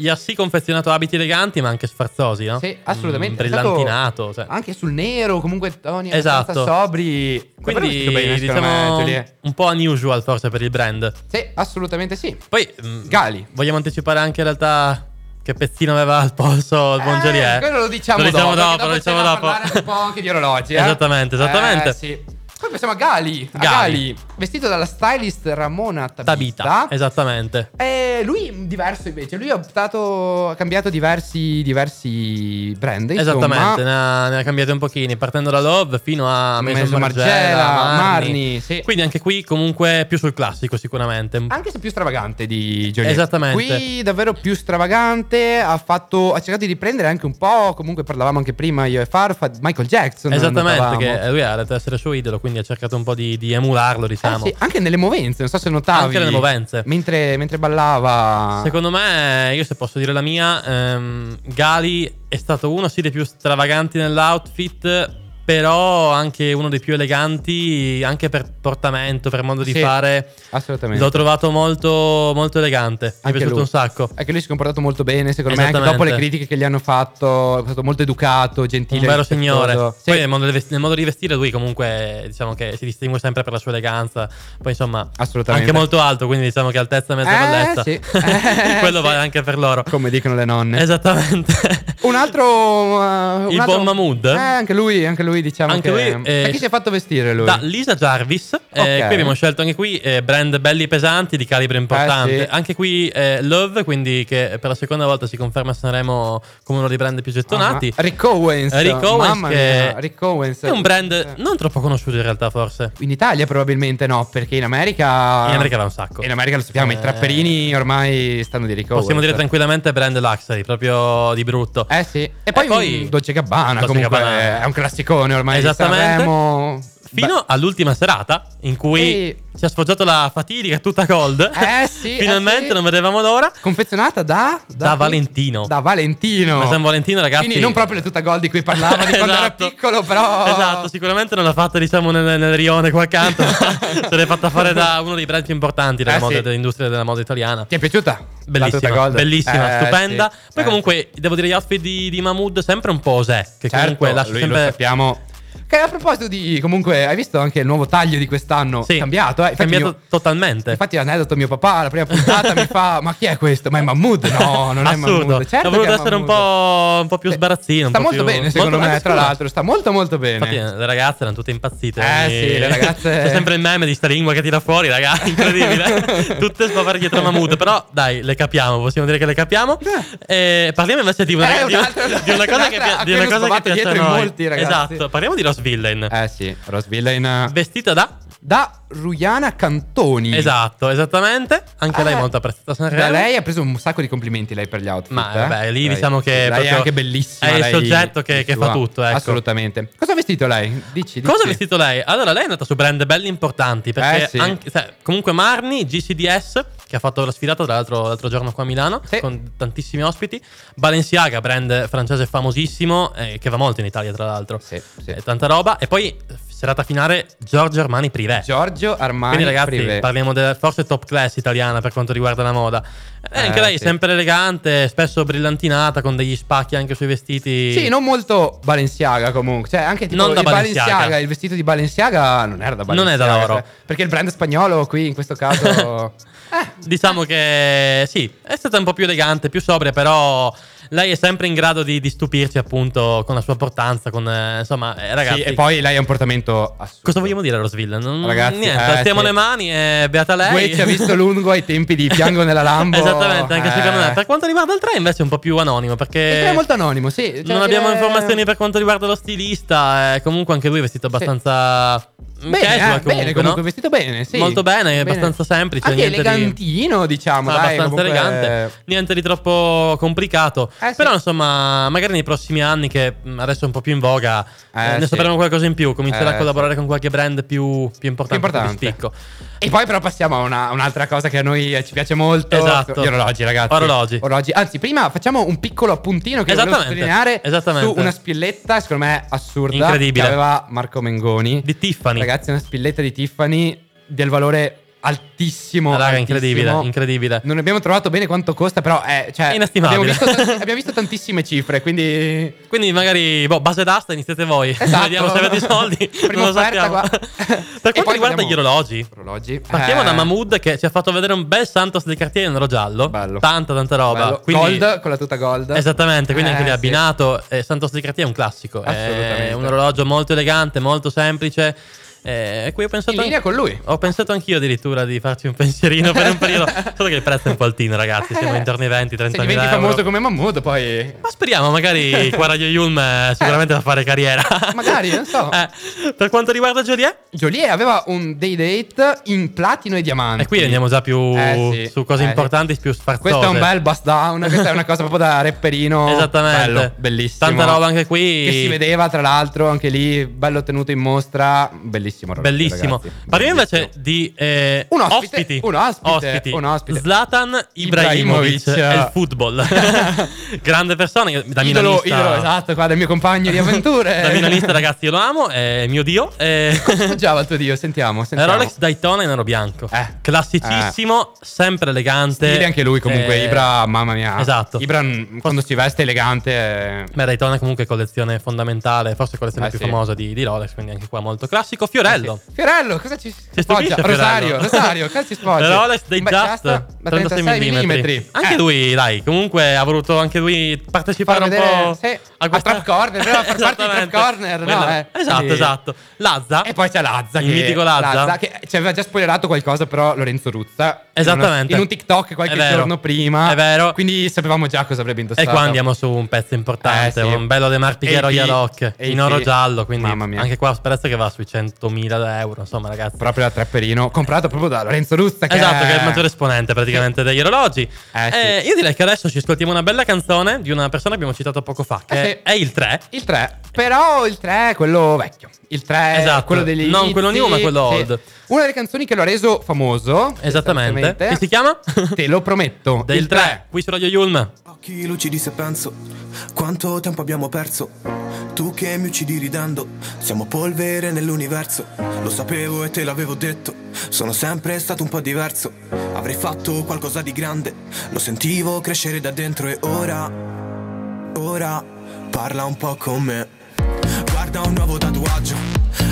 Speaker 2: gli ha sì confezionato abiti eleganti ma anche sfarzosi, no?
Speaker 1: Sì, assolutamente.
Speaker 2: Mm,
Speaker 1: è stato
Speaker 2: brillantinato, cioè.
Speaker 1: Anche sul nero, comunque toni
Speaker 2: Esatto.
Speaker 1: esatto. sobri. Davvero
Speaker 2: Quindi
Speaker 1: vestito bene, secondo
Speaker 2: diciamo
Speaker 1: me, Joliet.
Speaker 2: un po' unusual forse per il brand.
Speaker 1: eh, Sì, assolutamente sì.
Speaker 2: Poi mm,
Speaker 1: Gali.
Speaker 2: Vogliamo anticipare anche in realtà che pezzino aveva al polso il buon
Speaker 1: Eh,
Speaker 2: Joliet?
Speaker 1: quello lo diciamo, dopo, perché
Speaker 2: lo diciamo
Speaker 1: stiamo a
Speaker 2: dopo.
Speaker 1: parlare un po' anche di orologi, eh?
Speaker 2: Esattamente, esattamente.
Speaker 1: Eh, sì. Poi pensiamo a Gali, a
Speaker 2: Gali.
Speaker 1: Gali, vestito dalla stylist Ramona Tabita.
Speaker 2: Tabita, esattamente.
Speaker 1: E lui diverso invece, lui ha optato, ha cambiato diversi, diversi brand. Insomma.
Speaker 2: Esattamente, ne ha, ne ha cambiate un pochini, partendo da Love fino a Mason,
Speaker 1: Maison
Speaker 2: Margiela,
Speaker 1: Margiela,
Speaker 2: Marni.
Speaker 1: Marni, sì.
Speaker 2: Quindi anche qui comunque più sul classico sicuramente.
Speaker 1: Anche se più stravagante di Joliet.
Speaker 2: Esattamente.
Speaker 1: Qui davvero più stravagante, ha, fatto, ha cercato di riprendere anche un po', comunque parlavamo anche prima io e Farfa, Michael Jackson.
Speaker 2: Esattamente,
Speaker 1: notavamo.
Speaker 2: che eh, lui ha detto essere suo idolo, quindi ha cercato un po' di, di emularlo,
Speaker 1: Eh
Speaker 2: diciamo.
Speaker 1: sì, anche nelle movenze, non so se notavi.
Speaker 2: Anche nelle movenze.
Speaker 1: Mentre, mentre ballava.
Speaker 2: Secondo me, io se posso dire la mia, ehm, Gali è stato uno sì dei più stravaganti nell'outfit, però anche uno dei più eleganti, anche per portamento, per modo di
Speaker 1: Sì,
Speaker 2: fare.
Speaker 1: Assolutamente.
Speaker 2: L'ho trovato molto, molto elegante, mi è
Speaker 1: Anche
Speaker 2: piaciuto
Speaker 1: lui.
Speaker 2: un sacco.
Speaker 1: Anche lui si è comportato molto bene, secondo me, anche dopo
Speaker 2: Esattamente.
Speaker 1: le critiche che gli hanno fatto, è stato molto educato, gentile.
Speaker 2: Un vero
Speaker 1: rispettoso.
Speaker 2: signore.
Speaker 1: Sì.
Speaker 2: Poi nel modo, di vest- nel modo di vestire lui comunque diciamo che si distingue sempre per la sua eleganza. Poi insomma
Speaker 1: Assolutamente.
Speaker 2: anche molto alto, quindi diciamo che altezza e mezza
Speaker 1: Eh,
Speaker 2: bellezza.
Speaker 1: sì. Eh,
Speaker 2: Quello
Speaker 1: sì.
Speaker 2: vale anche per loro.
Speaker 1: Come dicono le nonne.
Speaker 2: Esattamente.
Speaker 1: Un altro. eh, un
Speaker 2: Il
Speaker 1: altro-
Speaker 2: buon Mahmood?
Speaker 1: Eh, anche lui, anche lui, diciamo.
Speaker 2: Anche
Speaker 1: che...
Speaker 2: lui, eh,
Speaker 1: E chi si è fatto vestire lui?
Speaker 2: Da Lisa Jarvis, Eh,
Speaker 1: Ok.
Speaker 2: qui abbiamo scelto anche qui eh, brand belli pesanti di calibro importante.
Speaker 1: Eh, sì.
Speaker 2: Anche qui eh, Love, quindi che per la seconda volta si conferma a Sanremo come uno dei brand più gettonati.
Speaker 1: Ah, Rick Owens.
Speaker 2: Rick Owens,
Speaker 1: Mamma
Speaker 2: che
Speaker 1: mia, Rick Owens.
Speaker 2: è un brand
Speaker 1: Eh.
Speaker 2: non troppo conosciuto in realtà forse.
Speaker 1: In Italia probabilmente no, perché in America.
Speaker 2: In America va un sacco.
Speaker 1: Ah. In America lo sappiamo,
Speaker 2: Eh.
Speaker 1: i trapperini ormai stanno di Rick
Speaker 2: Possiamo
Speaker 1: Owens.
Speaker 2: dire tranquillamente brand Luxury, proprio di brutto.
Speaker 1: Eh sì. E poi,
Speaker 2: poi-
Speaker 1: un Dolce Gabbana,
Speaker 2: Dolce
Speaker 1: comunque
Speaker 2: Gabbana. eh.
Speaker 1: è un classicone ormai.
Speaker 2: Esattamente.
Speaker 1: Sanremo.
Speaker 2: Fino
Speaker 1: Beh,
Speaker 2: all'ultima serata in cui ci ha sfoggiato la fatidica tutta cold.
Speaker 1: Eh sì, eh
Speaker 2: Finalmente
Speaker 1: sì.
Speaker 2: non vedevamo l'ora.
Speaker 1: confezionata da,
Speaker 2: Da Valentino.
Speaker 1: Da Valentino.
Speaker 2: Ma San Valentino, ragazzi.
Speaker 1: Quindi non proprio la tuta gol di cui parlava di quando era
Speaker 2: Esatto.
Speaker 1: piccolo, però.
Speaker 2: Esatto, sicuramente non l'ha fatta, diciamo, nel, nel rione qua accanto. ma se l'è fatta fare da uno dei brand più importanti della
Speaker 1: Eh,
Speaker 2: moda-
Speaker 1: sì.
Speaker 2: dell'industria della moda italiana.
Speaker 1: Ti è piaciuta? La tuta
Speaker 2: Bellissima,
Speaker 1: gol?
Speaker 2: bellissima,
Speaker 1: Eh,
Speaker 2: stupenda.
Speaker 1: sì, sì.
Speaker 2: Poi comunque devo dire gli outfit di, di Mahmood sempre un po' osè, che
Speaker 1: Certo,
Speaker 2: comunque lascia
Speaker 1: lui
Speaker 2: sempre
Speaker 1: lo sappiamo. Che a proposito di, comunque, hai visto anche il nuovo taglio di quest'anno?
Speaker 2: Sì,
Speaker 1: cambiato, eh? Infatti
Speaker 2: cambiato
Speaker 1: mio-
Speaker 2: totalmente.
Speaker 1: Infatti, l'aneddoto mio papà, alla prima puntata, mi fa: Ma chi è questo? Ma è Mahmood? No, non è
Speaker 2: Assurdo.
Speaker 1: Mahmood. Certo
Speaker 2: Ha voluto
Speaker 1: che è
Speaker 2: essere un
Speaker 1: Mahmood.
Speaker 2: po', un po' più
Speaker 1: Sì.
Speaker 2: sbarazzino. un
Speaker 1: Sta
Speaker 2: po'
Speaker 1: molto
Speaker 2: più-
Speaker 1: bene, secondo
Speaker 2: molto-
Speaker 1: me,
Speaker 2: anche
Speaker 1: tra
Speaker 2: scusa.
Speaker 1: l'altro. Sta molto, molto bene.
Speaker 2: Infatti, eh, le ragazze erano tutte impazzite.
Speaker 1: Eh,
Speaker 2: quindi-
Speaker 1: sì, le ragazze-
Speaker 2: C'è sempre il meme di sta lingua che tira fuori, raga. Incredibile. tutte spavare dietro Mahmood. Però, dai, le capiamo. Possiamo dire che le capiamo. Eh, parliamo invece di una,
Speaker 1: Eh,
Speaker 2: di-
Speaker 1: un'altra-
Speaker 2: di una cosa che,
Speaker 1: un'altra
Speaker 2: pi-
Speaker 1: a
Speaker 2: di
Speaker 1: cui
Speaker 2: una
Speaker 1: hanno
Speaker 2: cosa che
Speaker 1: sbavato
Speaker 2: piace a
Speaker 1: dietro in
Speaker 2: noi.
Speaker 1: molti, ragazzi.
Speaker 2: Esatto. Parliamo di Rose Villain.
Speaker 1: Eh sì, Rose Villain. eh,
Speaker 2: Vestita da
Speaker 1: da Ruiana Cantoni.
Speaker 2: Esatto, esattamente. Anche lei
Speaker 1: Eh.
Speaker 2: è molto apprezzata a Sanremo.
Speaker 1: Da lei ha preso un sacco di complimenti lei per gli outfit.
Speaker 2: Ma
Speaker 1: eh.
Speaker 2: vabbè, lì
Speaker 1: Lei-
Speaker 2: diciamo che
Speaker 1: Lei è
Speaker 2: proprio
Speaker 1: anche bellissima.
Speaker 2: è il
Speaker 1: lei
Speaker 2: soggetto che-
Speaker 1: in
Speaker 2: che
Speaker 1: sua-
Speaker 2: fa tutto, ecco.
Speaker 1: Assolutamente. Cosa ha vestito lei? Dici, dici.
Speaker 2: Cosa ha vestito lei? Allora, lei è andata su brand belli importanti. Perché
Speaker 1: Eh, sì.
Speaker 2: anche- cioè, comunque Marni, GCDS, che ha fatto la sfilata tra l'altro, l'altro giorno qua a Milano,
Speaker 1: Sì.
Speaker 2: con tantissimi ospiti. Balenciaga, brand francese famosissimo, eh, che va molto in Italia tra l'altro.
Speaker 1: Sì, sì.
Speaker 2: Eh, tanta roba. E poi, serata finale, Giorgio Armani Privé.
Speaker 1: Giorgio Armani
Speaker 2: Quindi ragazzi
Speaker 1: Privé.
Speaker 2: parliamo della forse top class italiana per quanto riguarda la moda. Eh, anche
Speaker 1: Eh,
Speaker 2: lei
Speaker 1: sì.
Speaker 2: sempre elegante, spesso brillantinata con degli spacchi anche sui vestiti.
Speaker 1: Sì, non molto Balenciaga comunque. Cioè, anche tipo
Speaker 2: Non da
Speaker 1: il Balenciaga.
Speaker 2: Balenciaga,
Speaker 1: il vestito di Balenciaga non era da
Speaker 2: Non è
Speaker 1: Balenciaga. cioè,
Speaker 2: da loro.
Speaker 1: Perché il brand spagnolo qui in questo caso
Speaker 2: Diciamo che sì, è stata un po' più elegante, più sobria, però lei è sempre in grado di, di stupirci appunto con la sua portanza, con eh, insomma, eh, ragazzi.
Speaker 1: Sì, e poi lei ha un portamento assurdo.
Speaker 2: Cosa vogliamo dire Rosville? Non,
Speaker 1: Ragazzi,
Speaker 2: niente,
Speaker 1: eh,
Speaker 2: alziamo
Speaker 1: sì.
Speaker 2: le mani e beata lei.
Speaker 1: Guè ci ha visto lungo ai tempi di Piango nella Lambo.
Speaker 2: Esattamente, anche
Speaker 1: Eh.
Speaker 2: secondo me. Per quanto riguarda il 3 invece è un po' più anonimo
Speaker 1: Il
Speaker 2: perché
Speaker 1: tre è molto anonimo, sì. Cioè,
Speaker 2: non abbiamo
Speaker 1: eh,
Speaker 2: informazioni per quanto riguarda lo stilista. eh, comunque anche lui è vestito abbastanza mm,
Speaker 1: Bene,
Speaker 2: casual,
Speaker 1: eh,
Speaker 2: comunque,
Speaker 1: bene, comunque,
Speaker 2: no?
Speaker 1: vestito bene, sì.
Speaker 2: Molto bene, è abbastanza semplice,
Speaker 1: Anche
Speaker 2: niente di-
Speaker 1: elegantino, diciamo,
Speaker 2: Ah,
Speaker 1: dai,
Speaker 2: abbastanza
Speaker 1: comunque-
Speaker 2: elegante, niente di troppo complicato.
Speaker 1: Eh, sì.
Speaker 2: Però, insomma, magari nei prossimi anni, che mh, adesso è un po' più in voga,
Speaker 1: Eh,
Speaker 2: eh, ne
Speaker 1: sì.
Speaker 2: sapremo qualcosa in più. Comincerà
Speaker 1: Eh,
Speaker 2: a collaborare con qualche brand più, più importante, più
Speaker 1: Importante.
Speaker 2: di spicco.
Speaker 1: E poi però passiamo a una- un'altra cosa che a noi eh, ci piace molto.
Speaker 2: Esatto.
Speaker 1: Gli orologi, ragazzi.
Speaker 2: Orologi.
Speaker 1: Anzi, prima facciamo un piccolo appuntino che volevo
Speaker 2: Esattamente.
Speaker 1: sottolineare
Speaker 2: Esattamente.
Speaker 1: su una spilletta, secondo me, assurda.
Speaker 2: Incredibile.
Speaker 1: Che aveva Marco Mengoni.
Speaker 2: Di Tiffany.
Speaker 1: Ragazzi, una spilletta di Tiffany del valore altissimo.
Speaker 2: Raga,
Speaker 1: altissimo.
Speaker 2: incredibile, incredibile.
Speaker 1: Non abbiamo trovato bene quanto costa, però è... Cioè,
Speaker 2: È inestimabile.
Speaker 1: Abbiamo visto, abbiamo visto tantissime cifre, quindi...
Speaker 2: Quindi magari, boh, base d'asta iniziate voi.
Speaker 1: Esatto.
Speaker 2: Vediamo se avete i soldi.
Speaker 1: Prima
Speaker 2: non lo
Speaker 1: offerta,
Speaker 2: sappiamo.
Speaker 1: guarda. E
Speaker 2: per
Speaker 1: poi
Speaker 2: quanto riguarda
Speaker 1: parliamo-
Speaker 2: gli orologi,
Speaker 1: Orologi.
Speaker 2: partiamo
Speaker 1: Eh,
Speaker 2: da Mahmood che ci ha fatto vedere un bel Santos dei cartieri nero giallo.
Speaker 1: Bello.
Speaker 2: Tanta, tanta roba.
Speaker 1: bello.
Speaker 2: Quindi-
Speaker 1: Gold, con la tuta gold.
Speaker 2: Esattamente, quindi anche
Speaker 1: Eh,
Speaker 2: lì
Speaker 1: sì.
Speaker 2: abbinato. eh, Santos di Cartier è un classico. È
Speaker 1: Assolutamente.
Speaker 2: un orologio molto elegante, molto semplice. eh, E qui ho pensato.
Speaker 1: In linea con lui.
Speaker 2: Ho pensato anch'io addirittura di farci un pensierino per un periodo. Solo che il prezzo è un po' altino, ragazzi. Siamo intorno ai 20, 30
Speaker 1: Se diventi famoso come Mahmood, poi.
Speaker 2: ma speriamo, magari Quaraglio Yulm eh, sicuramente va a fare carriera.
Speaker 1: Magari, non so.
Speaker 2: Eh, per quanto riguarda Joliet,
Speaker 1: Joliet aveva un day date in platino e diamanti.
Speaker 2: e qui andiamo già più
Speaker 1: Eh, sì.
Speaker 2: su cose
Speaker 1: Eh,
Speaker 2: importanti, più sfarzose.
Speaker 1: Questo è un bel bust down. Questa è una cosa proprio da rapperino.
Speaker 2: Esattamente.
Speaker 1: Bello, bellissimo.
Speaker 2: Tanta roba anche qui.
Speaker 1: Che si vedeva, tra l'altro, anche lì. Bello tenuto in mostra. Bellissimo. orologio,
Speaker 2: Bellissimo.
Speaker 1: ragazzi.
Speaker 2: Parliamo
Speaker 1: Bellissimo.
Speaker 2: invece di eh,
Speaker 1: Un ospite,
Speaker 2: ospiti.
Speaker 1: un ospite, un ospite.
Speaker 2: Zlatan Ibrahimovic,
Speaker 1: Ibrahimovic.
Speaker 2: e il football. Grande persona, io- da
Speaker 1: Idolo,
Speaker 2: milanista.
Speaker 1: idolo, esatto, guarda, il mio compagno di avventure.
Speaker 2: Da milanista, ragazzi, io lo amo, è mio dio. E...
Speaker 1: Mangiava il tuo dio, sentiamo. sentiamo.
Speaker 2: Rolex Daytona in oro bianco.
Speaker 1: Eh.
Speaker 2: Classicissimo, sempre elegante.
Speaker 1: Stile anche lui comunque,
Speaker 2: Eh,
Speaker 1: Ibra, mamma mia.
Speaker 2: Esatto.
Speaker 1: Ibra mm, quando si veste elegante... eh,
Speaker 2: Beh, Daytona comunque è collezione fondamentale, forse collezione
Speaker 1: Eh,
Speaker 2: più
Speaker 1: sì. Eh,
Speaker 2: famosa di, di Rolex, quindi anche qua molto classico. Fiorello.
Speaker 1: sì. Fiorello, cosa ci
Speaker 2: Ci
Speaker 1: si
Speaker 2: stupisce
Speaker 1: spoggia? Rosario,
Speaker 2: Fiorello.
Speaker 1: Rosario, cosa ci spoggia?
Speaker 2: Rolex dei
Speaker 1: Un bel
Speaker 2: Just
Speaker 1: casta da
Speaker 2: 36 mm. Anche
Speaker 1: Eh,
Speaker 2: lui, dai, comunque ha voluto anche lui partecipare
Speaker 1: Far
Speaker 2: un
Speaker 1: vedere-
Speaker 2: po'
Speaker 1: sì, a trap corner, voleva far parte di trap
Speaker 2: Esattamente.
Speaker 1: corner, no,
Speaker 2: Quella-
Speaker 1: eh.
Speaker 2: Esatto,
Speaker 1: Quindi-
Speaker 2: esatto. Lazza.
Speaker 1: E poi c'è Lazza.
Speaker 2: Il
Speaker 1: che-
Speaker 2: mitico Lazza.
Speaker 1: che ci aveva già spoilerato qualcosa, però Lorenzo Ruzza. in
Speaker 2: Esattamente.
Speaker 1: una- In un TikTok
Speaker 2: È
Speaker 1: qualche
Speaker 2: vero.
Speaker 1: giorno prima.
Speaker 2: È vero.
Speaker 1: Quindi sapevamo già cosa avrebbe
Speaker 2: E
Speaker 1: indossato.
Speaker 2: qua andiamo su un pezzo importante,
Speaker 1: Eh, sì.
Speaker 2: un bello De Marpighiero
Speaker 1: AP,
Speaker 2: Yalok in oro
Speaker 1: AP.
Speaker 2: giallo, quindi
Speaker 1: Mamma mia.
Speaker 2: anche qua speranza che va sui 100.000 euro, insomma ragazzi.
Speaker 1: Proprio da Trapperino, comprato proprio da Lorenzo Ruzza. Che
Speaker 2: Esatto,
Speaker 1: è...
Speaker 2: che è il maggiore esponente praticamente degli orologi.
Speaker 1: Eh, sì.
Speaker 2: Eh, io direi che adesso ci ascoltiamo una bella canzone di una persona che abbiamo citato poco fa, che
Speaker 1: Eh, sì.
Speaker 2: è il 3.
Speaker 1: Il 3, però il 3 è quello vecchio. Il 3
Speaker 2: Esatto.
Speaker 1: è quello degli
Speaker 2: Non
Speaker 1: inizi,
Speaker 2: quello new, ma quello
Speaker 1: sì.
Speaker 2: old.
Speaker 1: Una delle canzoni che lo ha reso famoso.
Speaker 2: Esattamente. Che si
Speaker 1: esattamente.
Speaker 2: chiama?
Speaker 1: Te lo prometto.
Speaker 2: Del
Speaker 1: il
Speaker 2: 3.
Speaker 1: 3.
Speaker 2: qui su Radio Yulm.
Speaker 1: Ah.
Speaker 9: Occhi lucidi se penso Quanto tempo abbiamo perso Tu che mi uccidi ridendo Siamo polvere nell'universo Lo sapevo e te l'avevo detto Sono sempre stato un po' diverso Avrei fatto qualcosa di grande Lo sentivo crescere da dentro e ora Ora parla un po' con me Guarda un nuovo tatuaggio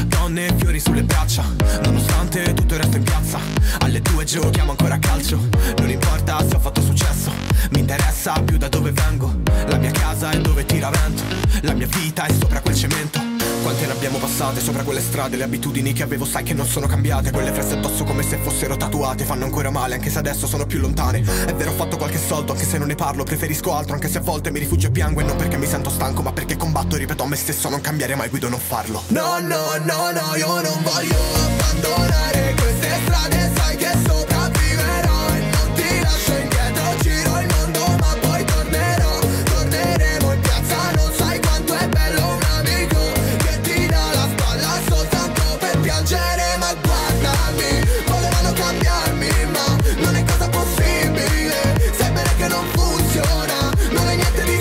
Speaker 9: Donne e fiori sulle braccia Nonostante tutto resta in piazza Alle due giochiamo ancora a calcio Non importa se ho fatto successo Mi interessa più da dove vengo La mia casa è dove tira vento La mia vita è sopra quel cemento Quante ne abbiamo passate Sopra quelle strade le abitudini che avevo sai che non sono cambiate Quelle fresche addosso come se fossero tatuate Fanno ancora male anche se adesso sono più lontane È vero ho fatto qualche soldo anche se non ne parlo Preferisco altro anche se a volte mi rifugio e piango E non perché mi sento stanco ma perché combatto Ripeto a me stesso non cambiare mai guido non farlo No no no no io non voglio abbandonare queste strade Sai che sopravviverò e non ti lascio indietro Giro il mondo ma poi tornerò Torneremo in piazza non sai quanto è bello un amico Che ti dà la spalla soltanto per piangere Ma guardami, volevano cambiarmi ma non è cosa possibile Sembra che non funziona, non è niente di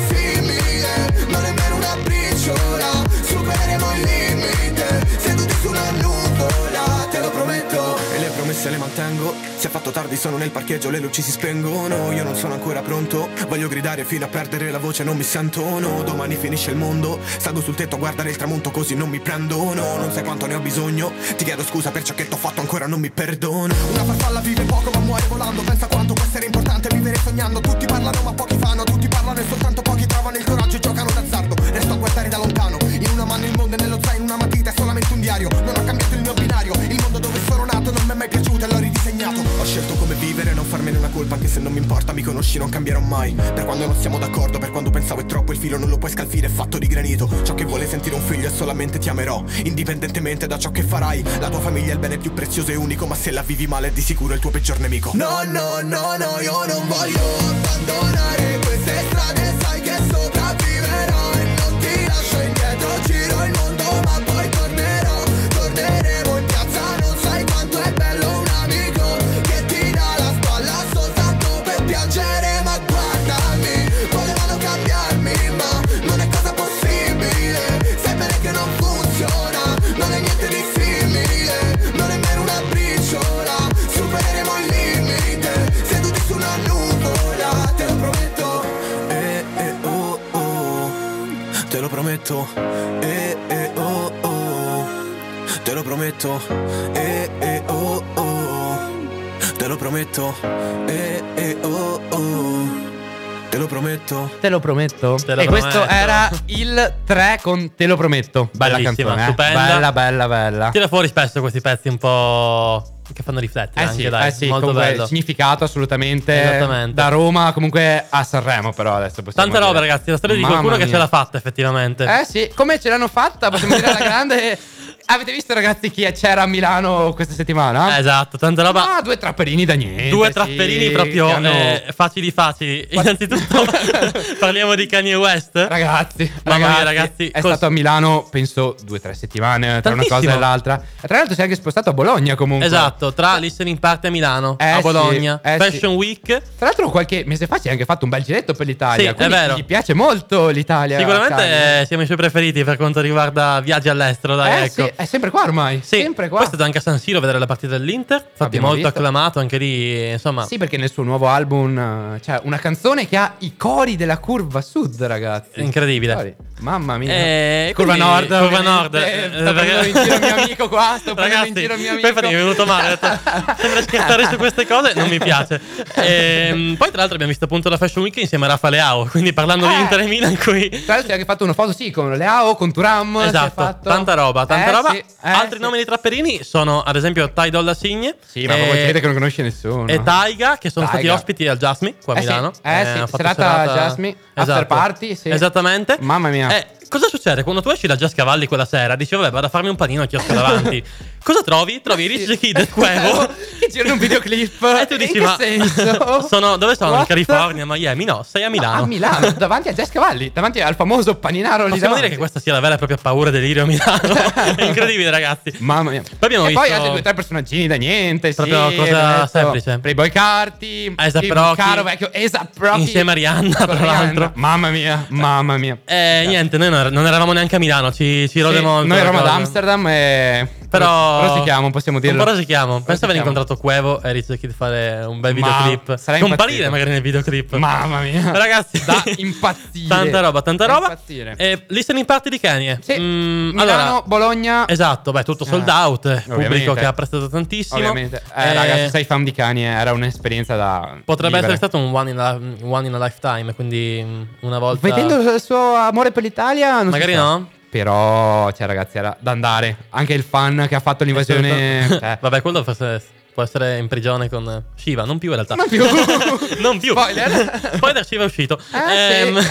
Speaker 9: simile Non è meno una briciola, supereremo il limite Seduti su una nuvola, te lo prometto E le promesse le mantengo Si è fatto tardi, sono nel parcheggio, le luci si spengono Io non sono ancora pronto Voglio gridare fino a perdere la voce, non mi sento no Domani finisce il mondo Salgo sul tetto a guardare il tramonto così non mi prendo no Non sai quanto ne ho bisogno Ti chiedo scusa per ciò che t'ho fatto, ancora non mi perdono Una farfalla vive poco ma muore volando Pensa quanto può essere importante vivere sognando Tutti parlano ma pochi fanno, tutti parlano e soltanto pochi trovano il coraggio e giocano d'azzardo Resto a guardare da lontano In una mano il mondo e nello zaino una matita è solamente un diario Non ho cambiato il mio binario Il mondo dove sono nato non mi è mai piaciuto e l'ho ridisegnato Ho scelto come vivere e non farmene una colpa Anche se non mi importa, mi conosci, non cambierò mai Per quando non siamo d'accordo, per quando pensavo è troppo Il filo non lo puoi scalfire, è fatto di granito Ciò che vuole sentire un figlio è solamente ti amerò Indipendentemente da ciò che farai La tua famiglia è il bene più prezioso e unico Ma se la vivi male è di sicuro il tuo peggior nemico No, no, no, no, io non voglio abbandonare queste strade Sai che sopravviverò e non ti lascio indietro Giro il mondo ma poi tornerò Torneremo in piazza, non sai quanto è bello un amico Che ti dà la spalla soltanto per piangere Ma guardami, volevano cambiarmi ma non è cosa possibile Sai bene che non funziona, non è niente di simile Non è meno una briciola, supereremo il limite Seduti su una nuvola, te lo prometto Eh eh oh oh, te lo prometto Eh eh oh oh, te lo prometto Eh eh oh oh, te lo prometto Eh eh oh oh, te lo prometto
Speaker 1: Te lo prometto.
Speaker 2: Te lo
Speaker 1: e questo
Speaker 2: prometto.
Speaker 1: era il 3 con Te lo prometto. Bella
Speaker 2: Bellissima,
Speaker 1: canzone. eh. Bella,
Speaker 2: stupenda.
Speaker 1: bella, bella.
Speaker 2: Tira fuori spesso questi pezzi un po'. che fanno riflettere
Speaker 1: Eh
Speaker 2: anche,
Speaker 1: sì,
Speaker 2: dai.
Speaker 1: eh sì,
Speaker 2: molto
Speaker 1: comunque
Speaker 2: bello.
Speaker 1: significato assolutamente
Speaker 2: Esattamente.
Speaker 1: da Roma comunque a Sanremo però adesso possiamo
Speaker 2: Tante
Speaker 1: dire.
Speaker 2: robe, ragazzi. La storia di
Speaker 1: Mamma
Speaker 2: qualcuno che
Speaker 1: mia.
Speaker 2: ce l'ha fatta, effettivamente.
Speaker 1: Eh sì, come ce l'hanno fatta possiamo dire alla grande Avete visto ragazzi chi c'era a Milano questa settimana?
Speaker 2: Eh, Esatto, tanta roba.
Speaker 1: Ah, due trapperini da niente
Speaker 2: Due
Speaker 1: sì,
Speaker 2: trapperini
Speaker 1: che
Speaker 2: proprio
Speaker 1: hanno-
Speaker 2: eh, facili facili. Innanzitutto parliamo di Kanye West.
Speaker 1: Ragazzi,
Speaker 2: Mamma mia, ragazzi,
Speaker 1: è
Speaker 2: cos-
Speaker 1: stato a Milano penso due o tre settimane tra una
Speaker 2: Tantissimo.
Speaker 1: cosa e l'altra. E Tra l'altro si è anche spostato a Bologna comunque.
Speaker 2: Esatto, tra Listening Party a Milano,
Speaker 1: Eh
Speaker 2: a
Speaker 1: sì,
Speaker 2: Bologna,
Speaker 1: eh
Speaker 2: Fashion
Speaker 1: sì.
Speaker 2: Week.
Speaker 1: Tra l'altro qualche mese fa si è anche fatto un bel giretto per l'Italia.
Speaker 2: Sì, è
Speaker 1: quindi
Speaker 2: vero.
Speaker 1: Gli piace molto l'Italia. Kanye.
Speaker 2: Sicuramente eh, siamo i suoi preferiti per quanto riguarda viaggi all'estero, dai,
Speaker 1: Eh,
Speaker 2: ecco.
Speaker 1: sì, è sempre qua ormai.
Speaker 2: Sì,
Speaker 1: sempre qua.
Speaker 2: Poi è stato anche a San Siro a vedere la partita dell'Inter. Infatti,
Speaker 1: Abbiamo
Speaker 2: molto
Speaker 1: visto.
Speaker 2: acclamato anche lì. Insomma,
Speaker 1: Sì, perché nel suo nuovo album eh, c'è una canzone che ha i cori della curva sud, ragazzi.
Speaker 2: Incredibile.
Speaker 1: Cori. Mamma mia.
Speaker 2: Eh,
Speaker 1: curva
Speaker 2: quindi-
Speaker 1: nord.
Speaker 2: Curva
Speaker 1: ovviamente.
Speaker 2: nord.
Speaker 1: Eh,
Speaker 2: eh,
Speaker 1: Sto prendendo
Speaker 2: perché-
Speaker 1: in giro mio amico qua. Sto prendendo
Speaker 2: Ragazzi,
Speaker 1: in giro mio amico.
Speaker 2: Poi infatti mi è venuto male. Ho detto, sembra scherzare su queste cose, non mi piace. Ehm, poi, tra l'altro, abbiamo visto appunto la Fashion Week insieme a Rafa Leao. Quindi parlando di
Speaker 1: Eh.
Speaker 2: Inter e Milan, qui.
Speaker 1: Tra l'altro, si è anche fatto una foto, sì, con Leao, con Turam. si è
Speaker 2: Esatto,
Speaker 1: fatto-
Speaker 2: tanta roba, tanta
Speaker 1: Eh,
Speaker 2: roba.
Speaker 1: sì, eh,
Speaker 2: Altri
Speaker 1: sì.
Speaker 2: nomi dei trapperini sono ad esempio Ty Dolla Signe
Speaker 1: Sì, ma
Speaker 2: e-
Speaker 1: proprio gente che non conosce nessuno.
Speaker 2: e Taiga che sono stati
Speaker 1: Taiga.
Speaker 2: ospiti al Jasmine qua a
Speaker 1: Eh sì,
Speaker 2: Milano.
Speaker 1: eh sì,
Speaker 2: hanno fatto Esatto.
Speaker 1: serata Jasmine, after party, sì.
Speaker 2: Esattamente.
Speaker 1: Mamma mia.
Speaker 2: Eh, cosa succede quando tu esci da Giascavalli quella sera? Dici vabbè vado a farmi un panino a chiosco davanti. cosa trovi? Trovi Rich Kid e Cuevo.
Speaker 1: Che girano un videoclip.
Speaker 2: E tu
Speaker 1: Eh, In
Speaker 2: dici
Speaker 1: che
Speaker 2: ma
Speaker 1: senso?
Speaker 2: sono, dove sono? In
Speaker 1: What? Ah,
Speaker 2: California, Miami? No, sei a Milano.
Speaker 1: A Milano, diciamo davanti a Jessica Valli, davanti al famoso paninaro lì davanti.
Speaker 2: Possiamo dire che questa sia la vera e propria paura e delirio a Milano. È incredibile ragazzi.
Speaker 1: Mamma mia.
Speaker 2: abbiamo
Speaker 1: e poi
Speaker 2: visto-
Speaker 1: altri due o tre personaggini da niente.
Speaker 2: Proprio
Speaker 1: sì,
Speaker 2: cosa
Speaker 1: abbiamo detto
Speaker 2: semplice.
Speaker 1: Playboy Carti.
Speaker 2: A$AP
Speaker 1: il
Speaker 2: Rocky.
Speaker 1: Caro vecchio. A$AP Rocky.
Speaker 2: Insieme a Rihanna,
Speaker 1: Con
Speaker 2: tra l'altro.
Speaker 1: Mamma mia, mamma mia.
Speaker 2: Eh, niente, noi non non eravamo neanche a Milano, ci, ci
Speaker 1: Sì,
Speaker 2: rodemo.
Speaker 1: noi eravamo ad
Speaker 2: cosa.
Speaker 1: Amsterdam e.
Speaker 2: Però.
Speaker 1: Rosichiamo, possiamo dirlo.
Speaker 2: Un po' rosichiamo. Penso aver
Speaker 1: Rosichiamo.
Speaker 2: incontrato Cuevo e Rich Kid fare un bel
Speaker 1: Ma
Speaker 2: videoclip.
Speaker 1: sarà
Speaker 2: Comparire
Speaker 1: impazzito.
Speaker 2: magari nel videoclip.
Speaker 1: Mamma mia.
Speaker 2: Ragazzi,
Speaker 1: Da impazzire.
Speaker 2: Tanta roba, tanta
Speaker 1: Da
Speaker 2: roba. Eh,
Speaker 1: impazzire.
Speaker 2: E listening party di Kanye.
Speaker 1: Sì.
Speaker 2: Mm,
Speaker 1: Milano, Bologna.
Speaker 2: Esatto, beh, tutto sold
Speaker 1: Eh,
Speaker 2: out. eh,
Speaker 1: ovviamente.
Speaker 2: Pubblico che ha prestato tantissimo.
Speaker 1: Ovviamente. Eh,
Speaker 2: Eh,
Speaker 1: ragazzi, sei fan di cani, eh, era un'esperienza da.
Speaker 2: Potrebbe
Speaker 1: vivere.
Speaker 2: essere stato un one in, a, un one in a lifetime, quindi mm, una volta.
Speaker 1: Vedendo il suo amore per l'italia. Non si
Speaker 2: Magari
Speaker 1: sa.
Speaker 2: no.
Speaker 1: Però, cioè, ragazzi, era da andare. Anche il fan che ha fatto l'invasione. cioè,
Speaker 2: Vabbè, quello forse può essere in prigione con eh, Shiva, non più in realtà.
Speaker 1: Non più.
Speaker 2: non più.
Speaker 1: Spoiler.
Speaker 2: Spoiler, Shiva è uscito.
Speaker 1: Eh, sì,
Speaker 2: Ehm,
Speaker 1: eh,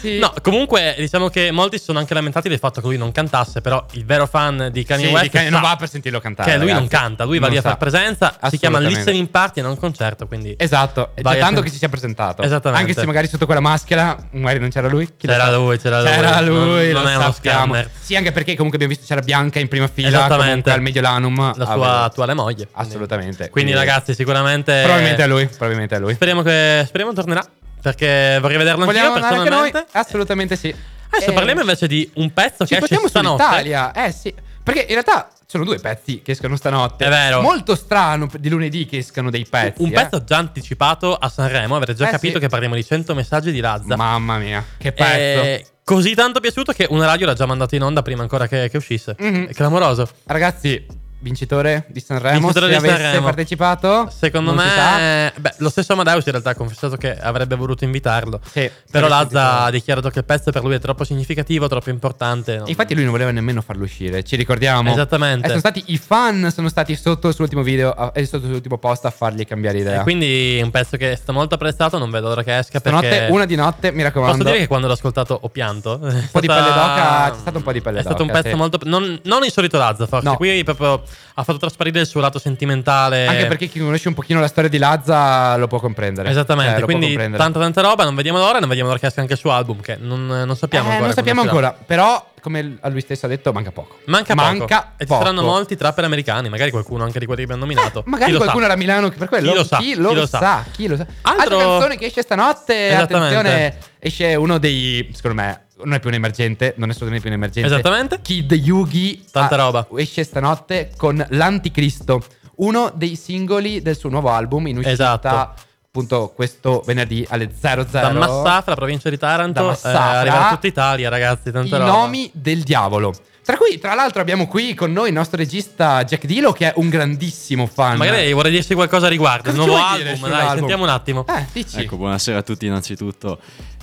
Speaker 1: sì.
Speaker 2: No, comunque diciamo che molti si sono anche lamentati del fatto che lui non cantasse, però il vero fan di Kanye
Speaker 1: sì,
Speaker 2: West
Speaker 1: di Kanye-
Speaker 2: sa
Speaker 1: non va per sentirlo cantare.
Speaker 2: che lui non
Speaker 1: ragazzi.
Speaker 2: canta, lui va
Speaker 1: Non
Speaker 2: lì a
Speaker 1: sa.
Speaker 2: far presenza, si chiama
Speaker 1: Assolutamente.
Speaker 2: listening party e non concerto, quindi
Speaker 1: Esatto, e
Speaker 2: Vai
Speaker 1: c'è
Speaker 2: a
Speaker 1: tanto
Speaker 2: sen-
Speaker 1: che ci sia presentato.
Speaker 2: Esattamente.
Speaker 1: Anche se magari sotto quella maschera, magari non c'era lui. chi lo
Speaker 2: C'era
Speaker 1: sa?
Speaker 2: lui, c'era lui.
Speaker 1: C'era
Speaker 2: Cioè, Non-
Speaker 1: lui,
Speaker 2: non
Speaker 1: lo
Speaker 2: è
Speaker 1: sappiamo.
Speaker 2: uno scammer.
Speaker 1: Sì, anche perché comunque abbiamo visto c'era Bianca in prima fila
Speaker 2: Esattamente.
Speaker 1: comunque al Mediolanum.
Speaker 2: la sua
Speaker 1: Aveva-
Speaker 2: attuale moglie.
Speaker 1: Assolutamente.
Speaker 2: Quindi, ragazzi, sicuramente
Speaker 1: Probabilmente è lui, probabilmente è lui.
Speaker 2: Speriamo che speriamo tornerà perché vorrei vederlo
Speaker 1: Vogliamo
Speaker 2: anch'io
Speaker 1: andare anche noi?
Speaker 2: personalmente.
Speaker 1: Assolutamente sì.
Speaker 2: Adesso
Speaker 1: Eh,
Speaker 2: parliamo invece di un pezzo
Speaker 1: Ci
Speaker 2: che esce
Speaker 1: portiamo
Speaker 2: stanotte.
Speaker 1: sull'Italia, eh sì. Perché in realtà sono due pezzi che escono stanotte.
Speaker 2: È vero.
Speaker 1: Molto strano di lunedì che escano dei pezzi.
Speaker 2: un
Speaker 1: eh.
Speaker 2: pezzo già anticipato a Sanremo, avrete già
Speaker 1: Eh,
Speaker 2: capito
Speaker 1: sì.
Speaker 2: che parliamo di 100 messaggi di Eh, Lazza.
Speaker 1: Mamma mia, che pezzo.
Speaker 2: È così tanto piaciuto che una radio l'ha già mandato in onda prima ancora che, che uscisse.
Speaker 1: Mhm.
Speaker 2: È clamoroso.
Speaker 1: Ragazzi, vincitore di Sanremo,
Speaker 2: Vincitore
Speaker 1: se
Speaker 2: di
Speaker 1: avesse
Speaker 2: Sanremo.
Speaker 1: partecipato,
Speaker 2: Secondo
Speaker 1: non si sa.
Speaker 2: me, beh, lo stesso Amadeus in realtà ha confessato che avrebbe voluto invitarlo.
Speaker 1: Sì,
Speaker 2: Però
Speaker 1: Eh, sì,
Speaker 2: Lazza
Speaker 1: sì.
Speaker 2: ha dichiarato che il pezzo per lui è troppo significativo, troppo importante. non-
Speaker 1: Infatti lui non voleva nemmeno farlo uscire, ci ricordiamo.
Speaker 2: Esattamente.
Speaker 1: Eh, sono stati i fan, sono stati sotto sull'ultimo video a- e sotto sull'ultimo post a fargli cambiare idea.
Speaker 2: E Eh, quindi è un pezzo che sta molto apprezzato, non vedo l'ora che esca
Speaker 1: Stanotte,
Speaker 2: perché...
Speaker 1: una di notte, mi raccomando.
Speaker 2: Posso dire che quando l'ho ascoltato ho pianto. Un
Speaker 1: po' di pelle d'oca, c'è stato un po' di pelle
Speaker 2: È stato un
Speaker 1: d'oca,
Speaker 2: pezzo
Speaker 1: sì.
Speaker 2: molto... Non, non insolito Lazza, forse.
Speaker 1: No.
Speaker 2: Qui proprio ha fatto trasparire il suo lato sentimentale.
Speaker 1: Anche perché chi conosce un pochino la storia di Lazza lo può comprendere.
Speaker 2: Esattamente,
Speaker 1: Eh, lo può
Speaker 2: quindi
Speaker 1: comprendere.
Speaker 2: tanta tanta roba, non vediamo l'ora, non vediamo l'ora che esca anche il suo album, che non, non
Speaker 1: Eh,
Speaker 2: sappiamo ancora.
Speaker 1: non
Speaker 2: quando
Speaker 1: sappiamo
Speaker 2: uscirà.
Speaker 1: ancora, però come l- a lui stesso ha detto manca poco.
Speaker 2: Manca,
Speaker 1: manca
Speaker 2: poco. E ci saranno
Speaker 1: poco.
Speaker 2: molti trapper americani, magari qualcuno anche di quelli che abbiamo nominato.
Speaker 1: Magari
Speaker 2: Chi lo
Speaker 1: qualcuno
Speaker 2: sa?
Speaker 1: era a Milano che per quello.
Speaker 2: Chi lo sa? Chi lo sa?
Speaker 1: Chi lo sa?
Speaker 2: Altro-
Speaker 1: Altra canzone che esce stanotte.
Speaker 2: Esattamente.
Speaker 1: Attenzione, esce uno dei. Secondo me, non è più un emergente. Non è assolutamente più un emergente.
Speaker 2: Esattamente.
Speaker 1: Kid Yugi.
Speaker 2: Tanta roba.
Speaker 1: Esce stanotte con L'Anticristo. Uno dei singoli del suo nuovo album in uscita.
Speaker 2: Esatto.
Speaker 1: Appunto, questo venerdì alle 00.
Speaker 2: Da Massafra, provincia di Taranto,
Speaker 1: Da
Speaker 2: eh,
Speaker 1: Massafra.
Speaker 2: arriva tutta Italia, ragazzi, tanta
Speaker 1: I
Speaker 2: roba.
Speaker 1: nomi del diavolo. Tra cui, tra l'altro, abbiamo qui con noi il nostro regista Jack Dilo, che è un grandissimo fan.
Speaker 2: Ah, Magari vorrei dirci qualcosa a riguardo. Il
Speaker 1: Cosa
Speaker 2: nuovo
Speaker 1: ci vuoi dire
Speaker 2: album, dai,
Speaker 1: sull'album?
Speaker 2: sentiamo un attimo.
Speaker 1: Eh, dici.
Speaker 10: Ecco, buonasera a tutti innanzitutto.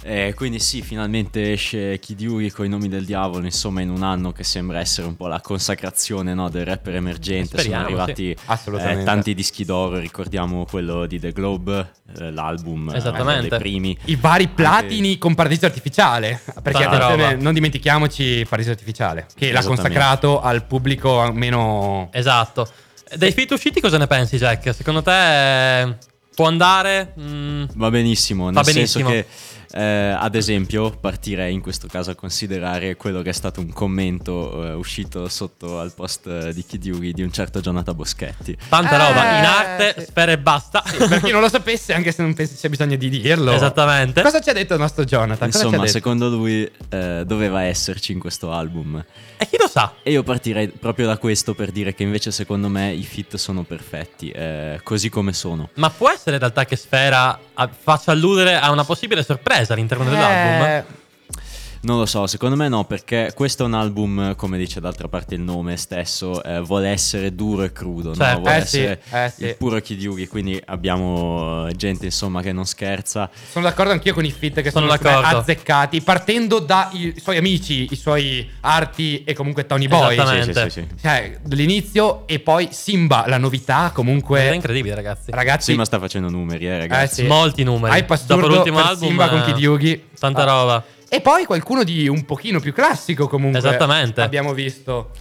Speaker 10: Eh, quindi sì, finalmente esce Kid Yuri con i nomi del diavolo, insomma in un anno che sembra essere un po' la consacrazione no, del rapper emergente.
Speaker 2: Speriamo,
Speaker 10: Sono arrivati
Speaker 1: Assolutamente.
Speaker 10: eh, tanti dischi d'oro, ricordiamo quello di The Globe, eh, l'album eh,
Speaker 2: Esattamente.
Speaker 10: uno dei primi.
Speaker 1: I vari platini con paradiso artificiale. Perché
Speaker 2: Tanta
Speaker 1: attenzione,
Speaker 2: roba.
Speaker 1: non dimentichiamoci paradiso artificiale, che l'ha
Speaker 10: Esattamente.
Speaker 1: consacrato al pubblico almeno.
Speaker 2: Esatto. Dei feat usciti cosa ne pensi, Jack? Secondo te eh, può andare? Mm,
Speaker 10: Va benissimo, nel
Speaker 2: Va benissimo.
Speaker 10: senso che eh, ad esempio partirei in questo caso a considerare quello che è stato un commento eh, uscito sotto al post eh, di Kid Yuri di un certo Jonathan Boschetti.
Speaker 2: tanta
Speaker 1: Eh,
Speaker 2: roba. In arte,
Speaker 1: sì.
Speaker 2: spera e basta.
Speaker 1: Per chi non lo sapesse, anche se non penso c'è bisogno di dirlo.
Speaker 2: Esattamente.
Speaker 1: Cosa ci ha detto il nostro Jonathan? Cosa ci ha
Speaker 10: Insomma,
Speaker 1: detto?
Speaker 10: secondo lui eh, doveva esserci in questo album.
Speaker 2: E chi lo sa?
Speaker 10: E io partirei proprio da questo per dire che invece secondo me i fit sono perfetti, eh, così come sono.
Speaker 2: Ma può essere in realtà che Sfera ah, faccia alludere a una possibile sorpresa all'interno dell'album?
Speaker 1: Eh,
Speaker 10: Non lo so, secondo me no, perché questo è un album, come dice d'altra parte il nome stesso, eh, vuole essere duro e crudo,
Speaker 2: Certo.
Speaker 10: no? vuole
Speaker 1: Eh
Speaker 10: essere
Speaker 1: sì, eh sì.
Speaker 10: il puro Kid Yugi, quindi abbiamo eh, gente insomma che non scherza.
Speaker 1: Sono d'accordo anch'io con i fit che sono,
Speaker 2: Sono
Speaker 1: secondo me,
Speaker 2: d'accordo.
Speaker 1: azzeccati, partendo dai suoi amici, i suoi arti e comunque Tony Boy.
Speaker 2: Esattamente.
Speaker 1: Cioè, l'inizio e poi Simba, la novità comunque.
Speaker 2: È incredibile, ragazzi.
Speaker 1: Ragazzi,
Speaker 10: Sì, ma sta facendo numeri, eh ragazzi.
Speaker 1: sì.
Speaker 2: Molti numeri.
Speaker 1: Hype assurdo
Speaker 2: Dopo l'ultimo
Speaker 1: per
Speaker 2: album.
Speaker 1: Simba con
Speaker 2: eh,
Speaker 1: Kid Yugi.
Speaker 2: Tanta
Speaker 1: Ah.
Speaker 2: roba.
Speaker 1: E poi qualcuno di un pochino più classico comunque.
Speaker 2: Esattamente.
Speaker 1: Abbiamo visto.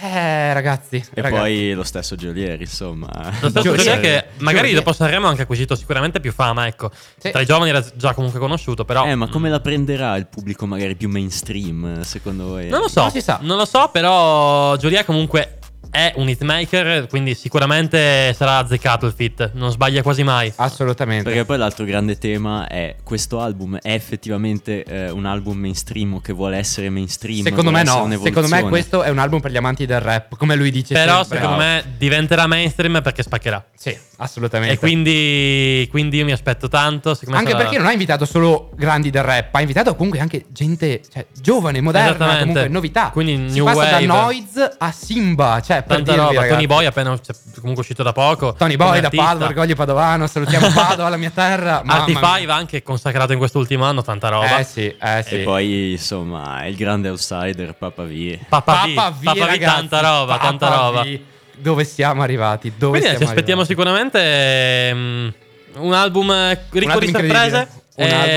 Speaker 1: Eh, ragazzi.
Speaker 10: E poi lo stesso Geolieri, insomma. Cioè,
Speaker 2: Lo stesso
Speaker 1: Giulia.
Speaker 2: dire che magari
Speaker 1: Giulia.
Speaker 2: dopo Sanremo ha anche acquisito sicuramente più fama, ecco.
Speaker 1: Sì.
Speaker 2: Tra i giovani era già comunque conosciuto, però... mm,
Speaker 10: Eh, ma come la prenderà il pubblico magari più mainstream, eh, secondo voi?
Speaker 2: Non lo so,
Speaker 1: Non si sa.
Speaker 2: non lo so, però Giulia comunque è un hitmaker, quindi sicuramente sarà azzeccato il fit, non sbaglia quasi mai.
Speaker 1: Ah, Assolutamente.
Speaker 10: Perché poi l'altro grande tema è questo album è effettivamente eh, un album mainstream o che vuole essere mainstream?
Speaker 1: Secondo me
Speaker 10: vuole
Speaker 1: no.
Speaker 10: essere
Speaker 1: Secondo me
Speaker 10: un'evoluzione?
Speaker 1: questo è un album per gli amanti del rap, come lui dice.
Speaker 2: Però
Speaker 1: sempre.
Speaker 2: secondo me diventerà mainstream perché spaccherà.
Speaker 1: Sì, assolutamente.
Speaker 2: E quindi, quindi io mi aspetto tanto. secondo me
Speaker 1: Anche
Speaker 2: sarà-
Speaker 1: perché non ha invitato solo grandi del rap, ha invitato comunque anche gente cioè, giovane, moderna,
Speaker 2: Esattamente.
Speaker 1: comunque novità.
Speaker 2: Quindi
Speaker 1: si
Speaker 2: new
Speaker 1: passa da
Speaker 2: wave.
Speaker 1: Noise a Simba, cioè per
Speaker 2: Tanta
Speaker 1: dirvi,
Speaker 2: roba,
Speaker 1: ragazzi.
Speaker 2: Tony Boy appena cioè, comunque uscito da poco.
Speaker 1: Tony
Speaker 2: come
Speaker 1: Boy da
Speaker 2: artista.
Speaker 1: Padova, Orgoglio Padovano, salutiamo Padova, la mia terra. Mamma mia.
Speaker 2: Artify va anche consacrato in quest'ultimo anno, tanta roba.
Speaker 1: Eh sì, eh sì.
Speaker 10: E poi, insomma, il grande outsider, Papa V.
Speaker 2: Papa V,
Speaker 1: Papa V,
Speaker 2: Papa V,
Speaker 1: ragazzi,
Speaker 2: tanta roba,
Speaker 1: Papa
Speaker 2: tanta roba.
Speaker 1: V. Dove siamo arrivati? Dove
Speaker 2: Quindi eh, ci
Speaker 1: siamo
Speaker 2: aspettiamo
Speaker 1: arrivati?
Speaker 2: sicuramente ehm, un album eh, ricco
Speaker 1: album
Speaker 2: di
Speaker 1: incredibile.
Speaker 2: sorprese.
Speaker 1: Un
Speaker 2: eh,
Speaker 1: album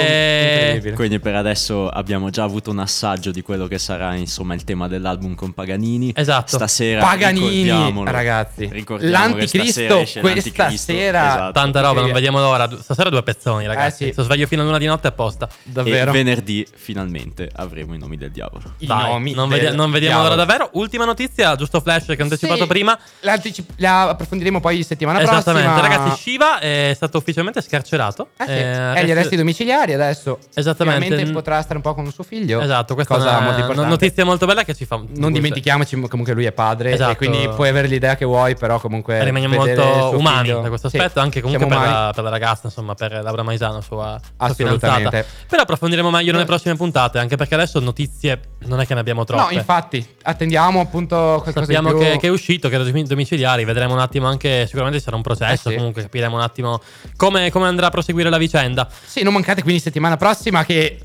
Speaker 1: incredibile.
Speaker 10: Quindi per adesso abbiamo già avuto un assaggio di quello che sarà insomma il tema dell'album con Paganini.
Speaker 2: Esatto.
Speaker 10: Stasera
Speaker 1: Paganini,
Speaker 10: ricordiamolo,
Speaker 1: ragazzi.
Speaker 10: ricordiamo che
Speaker 1: L'anticristo
Speaker 10: stasera esce
Speaker 1: questa
Speaker 10: l'Anticristo,
Speaker 1: sera.
Speaker 10: esatto.
Speaker 2: Tanta roba,
Speaker 1: Incredibile.
Speaker 2: non
Speaker 1: Eh,
Speaker 2: vediamo l'ora. Du- Stasera due pezzoni, ragazzi.
Speaker 1: sì.
Speaker 2: Sto sveglio fino a luna di notte apposta.
Speaker 1: Davvero.
Speaker 10: E venerdì finalmente avremo i nomi del diavolo.
Speaker 1: I
Speaker 2: Dai,
Speaker 1: nomi
Speaker 2: non,
Speaker 1: del
Speaker 2: vede- non vediamo l'ora
Speaker 1: diavolo.
Speaker 2: davvero. Ultima notizia, giusto flash che ho anticipato
Speaker 1: Sì,
Speaker 2: prima.
Speaker 1: l'anticip- La approfondiremo poi settimana
Speaker 2: Esattamente,
Speaker 1: prossima.
Speaker 2: ragazzi, Shiva è stato ufficialmente scarcerato.
Speaker 1: Eh sì,
Speaker 2: Eh,
Speaker 1: è gli arresti domiciliari adesso.
Speaker 2: Esattamente.
Speaker 1: Finalmente potrà stare un po' con suo figlio.
Speaker 2: Esatto, questa
Speaker 1: cosa
Speaker 2: è
Speaker 1: molto
Speaker 2: una
Speaker 1: importante.
Speaker 2: notizia molto bella che ci fa.
Speaker 1: Non dimentichiamoci mo- comunque lui è padre
Speaker 2: Esatto.
Speaker 1: e quindi puoi avere l'idea che vuoi, però comunque
Speaker 2: Rimaniamo
Speaker 1: Eh, vedere
Speaker 2: molto
Speaker 1: suo
Speaker 2: umani
Speaker 1: figlio-
Speaker 2: da questo
Speaker 1: Sì,
Speaker 2: aspetto, anche comunque
Speaker 1: siamo
Speaker 2: per
Speaker 1: umani.
Speaker 2: la, per la ragazza, insomma, per Laura Maisano, sua, sua
Speaker 1: Assolutamente.
Speaker 2: fidanzata. Però approfondiremo meglio nelle
Speaker 1: No.
Speaker 2: prossime puntate, anche perché adesso notizie non è che ne abbiamo
Speaker 1: No,
Speaker 2: troppe.
Speaker 1: infatti, attendiamo appunto qualcosa
Speaker 2: Sappiamo
Speaker 1: di più.
Speaker 2: che, che è uscito, che era domi- domiciliari, vedremo un attimo anche, sicuramente ci sarà un processo,
Speaker 1: Eh sì.
Speaker 2: comunque capiremo un attimo come, come andrà a proseguire la vicenda.
Speaker 1: Sì, non mancate quindi settimana prossima che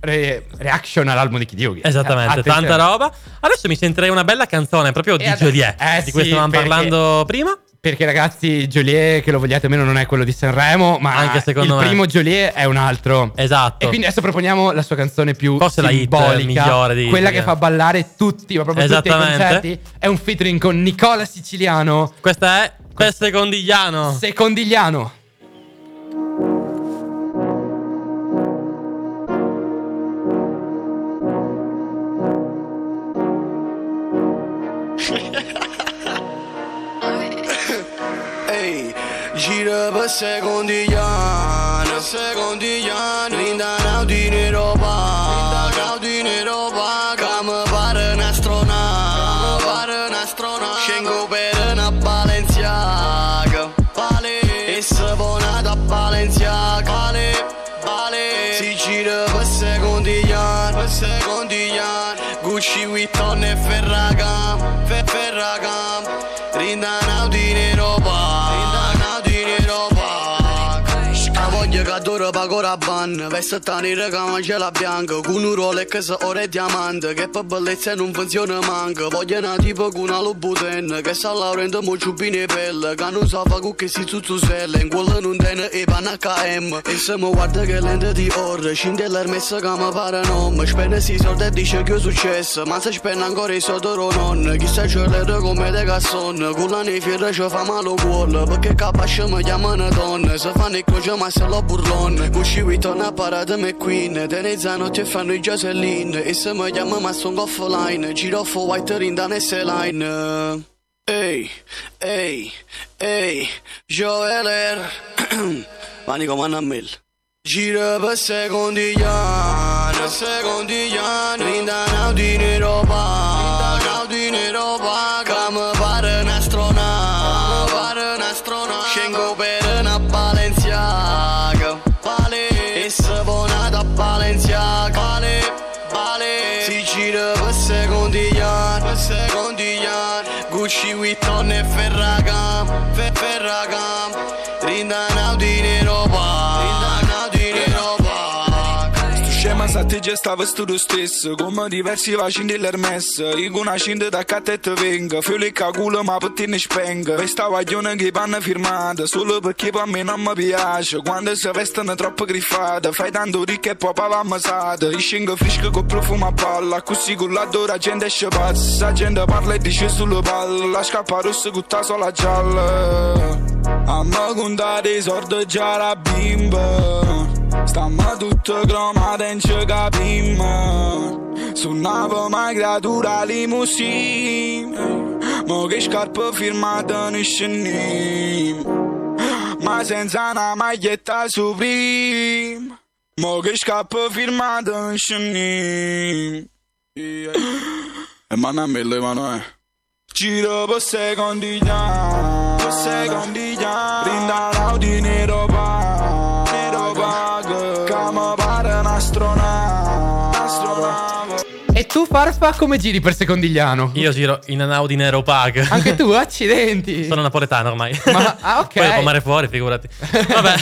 Speaker 1: re- reaction all'album di Kidyugi.
Speaker 2: Esattamente, tanta roba. Adesso mi sentirei una bella canzone proprio di
Speaker 1: adesso-
Speaker 2: Joliet,
Speaker 1: Eh, eh
Speaker 2: di cui
Speaker 1: sì,
Speaker 2: stavamo
Speaker 1: perché-
Speaker 2: parlando prima.
Speaker 1: Perché ragazzi, Joliet, che lo vogliate o meno, non è quello di Sanremo, ma
Speaker 2: Anche secondo
Speaker 1: il
Speaker 2: me.
Speaker 1: primo Joliet è un altro.
Speaker 2: Esatto.
Speaker 1: E quindi adesso proponiamo la sua canzone più
Speaker 2: Forse la hit
Speaker 1: simbolica,
Speaker 2: migliore di-
Speaker 1: quella che fa ballare tutti, ma proprio tutti i
Speaker 2: Esattamente.
Speaker 1: concerti. È un featuring con Nicola Siciliano,
Speaker 2: Questa è Peste Condigliano.
Speaker 1: secondigliano.
Speaker 8: Ehi, gira per secondigliano, secondigliano Rinda naudine roba, rinda naudine roba Come pare un astronauta, come pare un astronauta Scengo per una Balenciaga, vale E se vonata a Balenciaga, vale, vale Si gira per secondigliano, per secondigliano Gucci, Vuitton e Ferragamo, Fe- Ferragamo Rinda naudine roba, rinda naudine roba A voglia che adoro pago la ban Veste tanire che c'è la bianca Con un Rolex ore diamante Che per bellezza non funziona manca Voglio una tipo con una Louboutin Che sta laurendo mo ciubine pelle Che non sa fa che si zuzzusella In quello non tiene e panna KM E se mi guarda che lente di orre Scinde l'ermessa che mi pare nome Spende si soldi e dice che è successo Ma se spende ancora i soldi ro non Chissà c'è l'ero come De Gasson Con la nefiera ci fa male cuore Perché capace mi chiamano donna Se fanno il croce ma se lo burlone Gucci Vuitton a parata McQueen Tenezza notte fanno i Jocelyn E se mi chiama ma son offline Giro off white rindan e line Ehi, ehi, ehi Joeler Mani comando a me Gira per secondigliano, secondigliano Rinda naudine roba, rinda naudine roba Come pare un astronauta, come pare un astronauta Scengo per una Balenciaga, vale E se vonata a Balenciaga, vale, vale Si gira per secondigliano, per secondigliano Gucci, Vuitton e Ferragamo, Fe- Ferragamo Rinda naudine roba, rinda naudine roba
Speaker 11: Tu scema sa te gestava studio stesso Come diversi vacini dell'Hermes Io una scinde da cattete venga Fiole calcolo ma per te ne spenga Questa guaglione che panna firmata Solo perché per me non mi piace Quando si vestono troppo griffata Fai tanto ricca e poi va ammassata Io scengo fresco col profumo a palla Così con l'addora gente esce pazza La gente parla e dice sulle palle La scappa rossa con la sola gialla A me contare sordo già la bimba Stamma tutto cromata in ce capimmo Suonavo ma creatura limousine Mo che scarpe firmate ne scenim Ma senza una maglietta supreme Mo che scarpe firmate ne scenim E manna a me Emanuele Giro per secondigliano, per secondigliano Rinda l'audi nero pago, nero pago Come pare un astronauta, astronauta
Speaker 1: E tu, Farfa, come giri per Secondigliano?
Speaker 2: Io giro in un Audi Nero Pag.
Speaker 1: Anche tu, accidenti.
Speaker 2: Sono napoletano ormai.
Speaker 1: Ma- ah, ok.
Speaker 2: Poi devo mare fuori, figurati. Vabbè.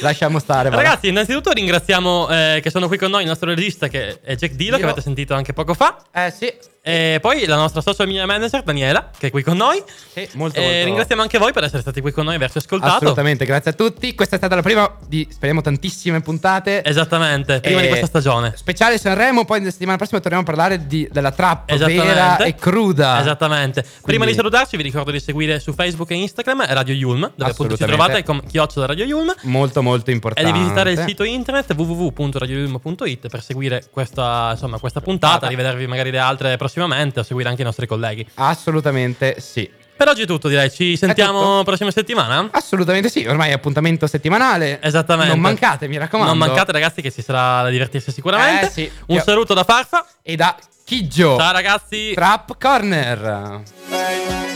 Speaker 1: Lasciamo stare, va.
Speaker 2: Ragazzi, innanzitutto ringraziamo eh, che sono qui con noi il nostro regista che è Jack Dillo, che
Speaker 1: Dillo.
Speaker 2: avete sentito anche poco fa.
Speaker 1: Eh sì,
Speaker 2: E poi la nostra social media manager Daniela, che è qui con noi.
Speaker 1: sì, molto, molto.
Speaker 2: e Eh, ringraziamo anche voi per essere stati qui con noi e averci ascoltato.
Speaker 1: Assolutamente, grazie a tutti. Questa è stata la prima di speriamo tantissime puntate.
Speaker 2: Esattamente, prima
Speaker 1: Eh,
Speaker 2: di questa stagione.
Speaker 1: Speciale Sanremo, poi la settimana prossima torniamo a parlare di- della trap vera e cruda.
Speaker 2: Esattamente. Prima
Speaker 1: Quindi-
Speaker 2: di salutarci, vi ricordo di seguire su Facebook e Instagram Radio Yulm, dove appunto ci
Speaker 1: Assolutamente.
Speaker 2: trovate con chiocciola Radio Yulm.
Speaker 1: Molto molto
Speaker 2: E
Speaker 1: importante.
Speaker 2: di visitare il sito internet www.radioyulm.it per seguire questa, insomma, questa
Speaker 1: Ah,
Speaker 2: puntata, rivedervi magari le altre prossimamente o seguire anche i nostri colleghi.
Speaker 1: Assolutamente sì.
Speaker 2: Per oggi è tutto, direi. Ci sentiamo
Speaker 1: tutto.
Speaker 2: prossima settimana.
Speaker 1: Assolutamente sì, ormai è appuntamento settimanale.
Speaker 2: Esattamente.
Speaker 1: Non mancate, mi raccomando.
Speaker 2: Non mancate, ragazzi, che ci sarà da divertirsi sicuramente.
Speaker 1: Eh, sì.
Speaker 2: Un
Speaker 1: Io- Oh.
Speaker 2: saluto da Farfa.
Speaker 1: E da Chiggio.
Speaker 2: Ciao, ragazzi.
Speaker 1: Trap Corner.
Speaker 8: Ehi,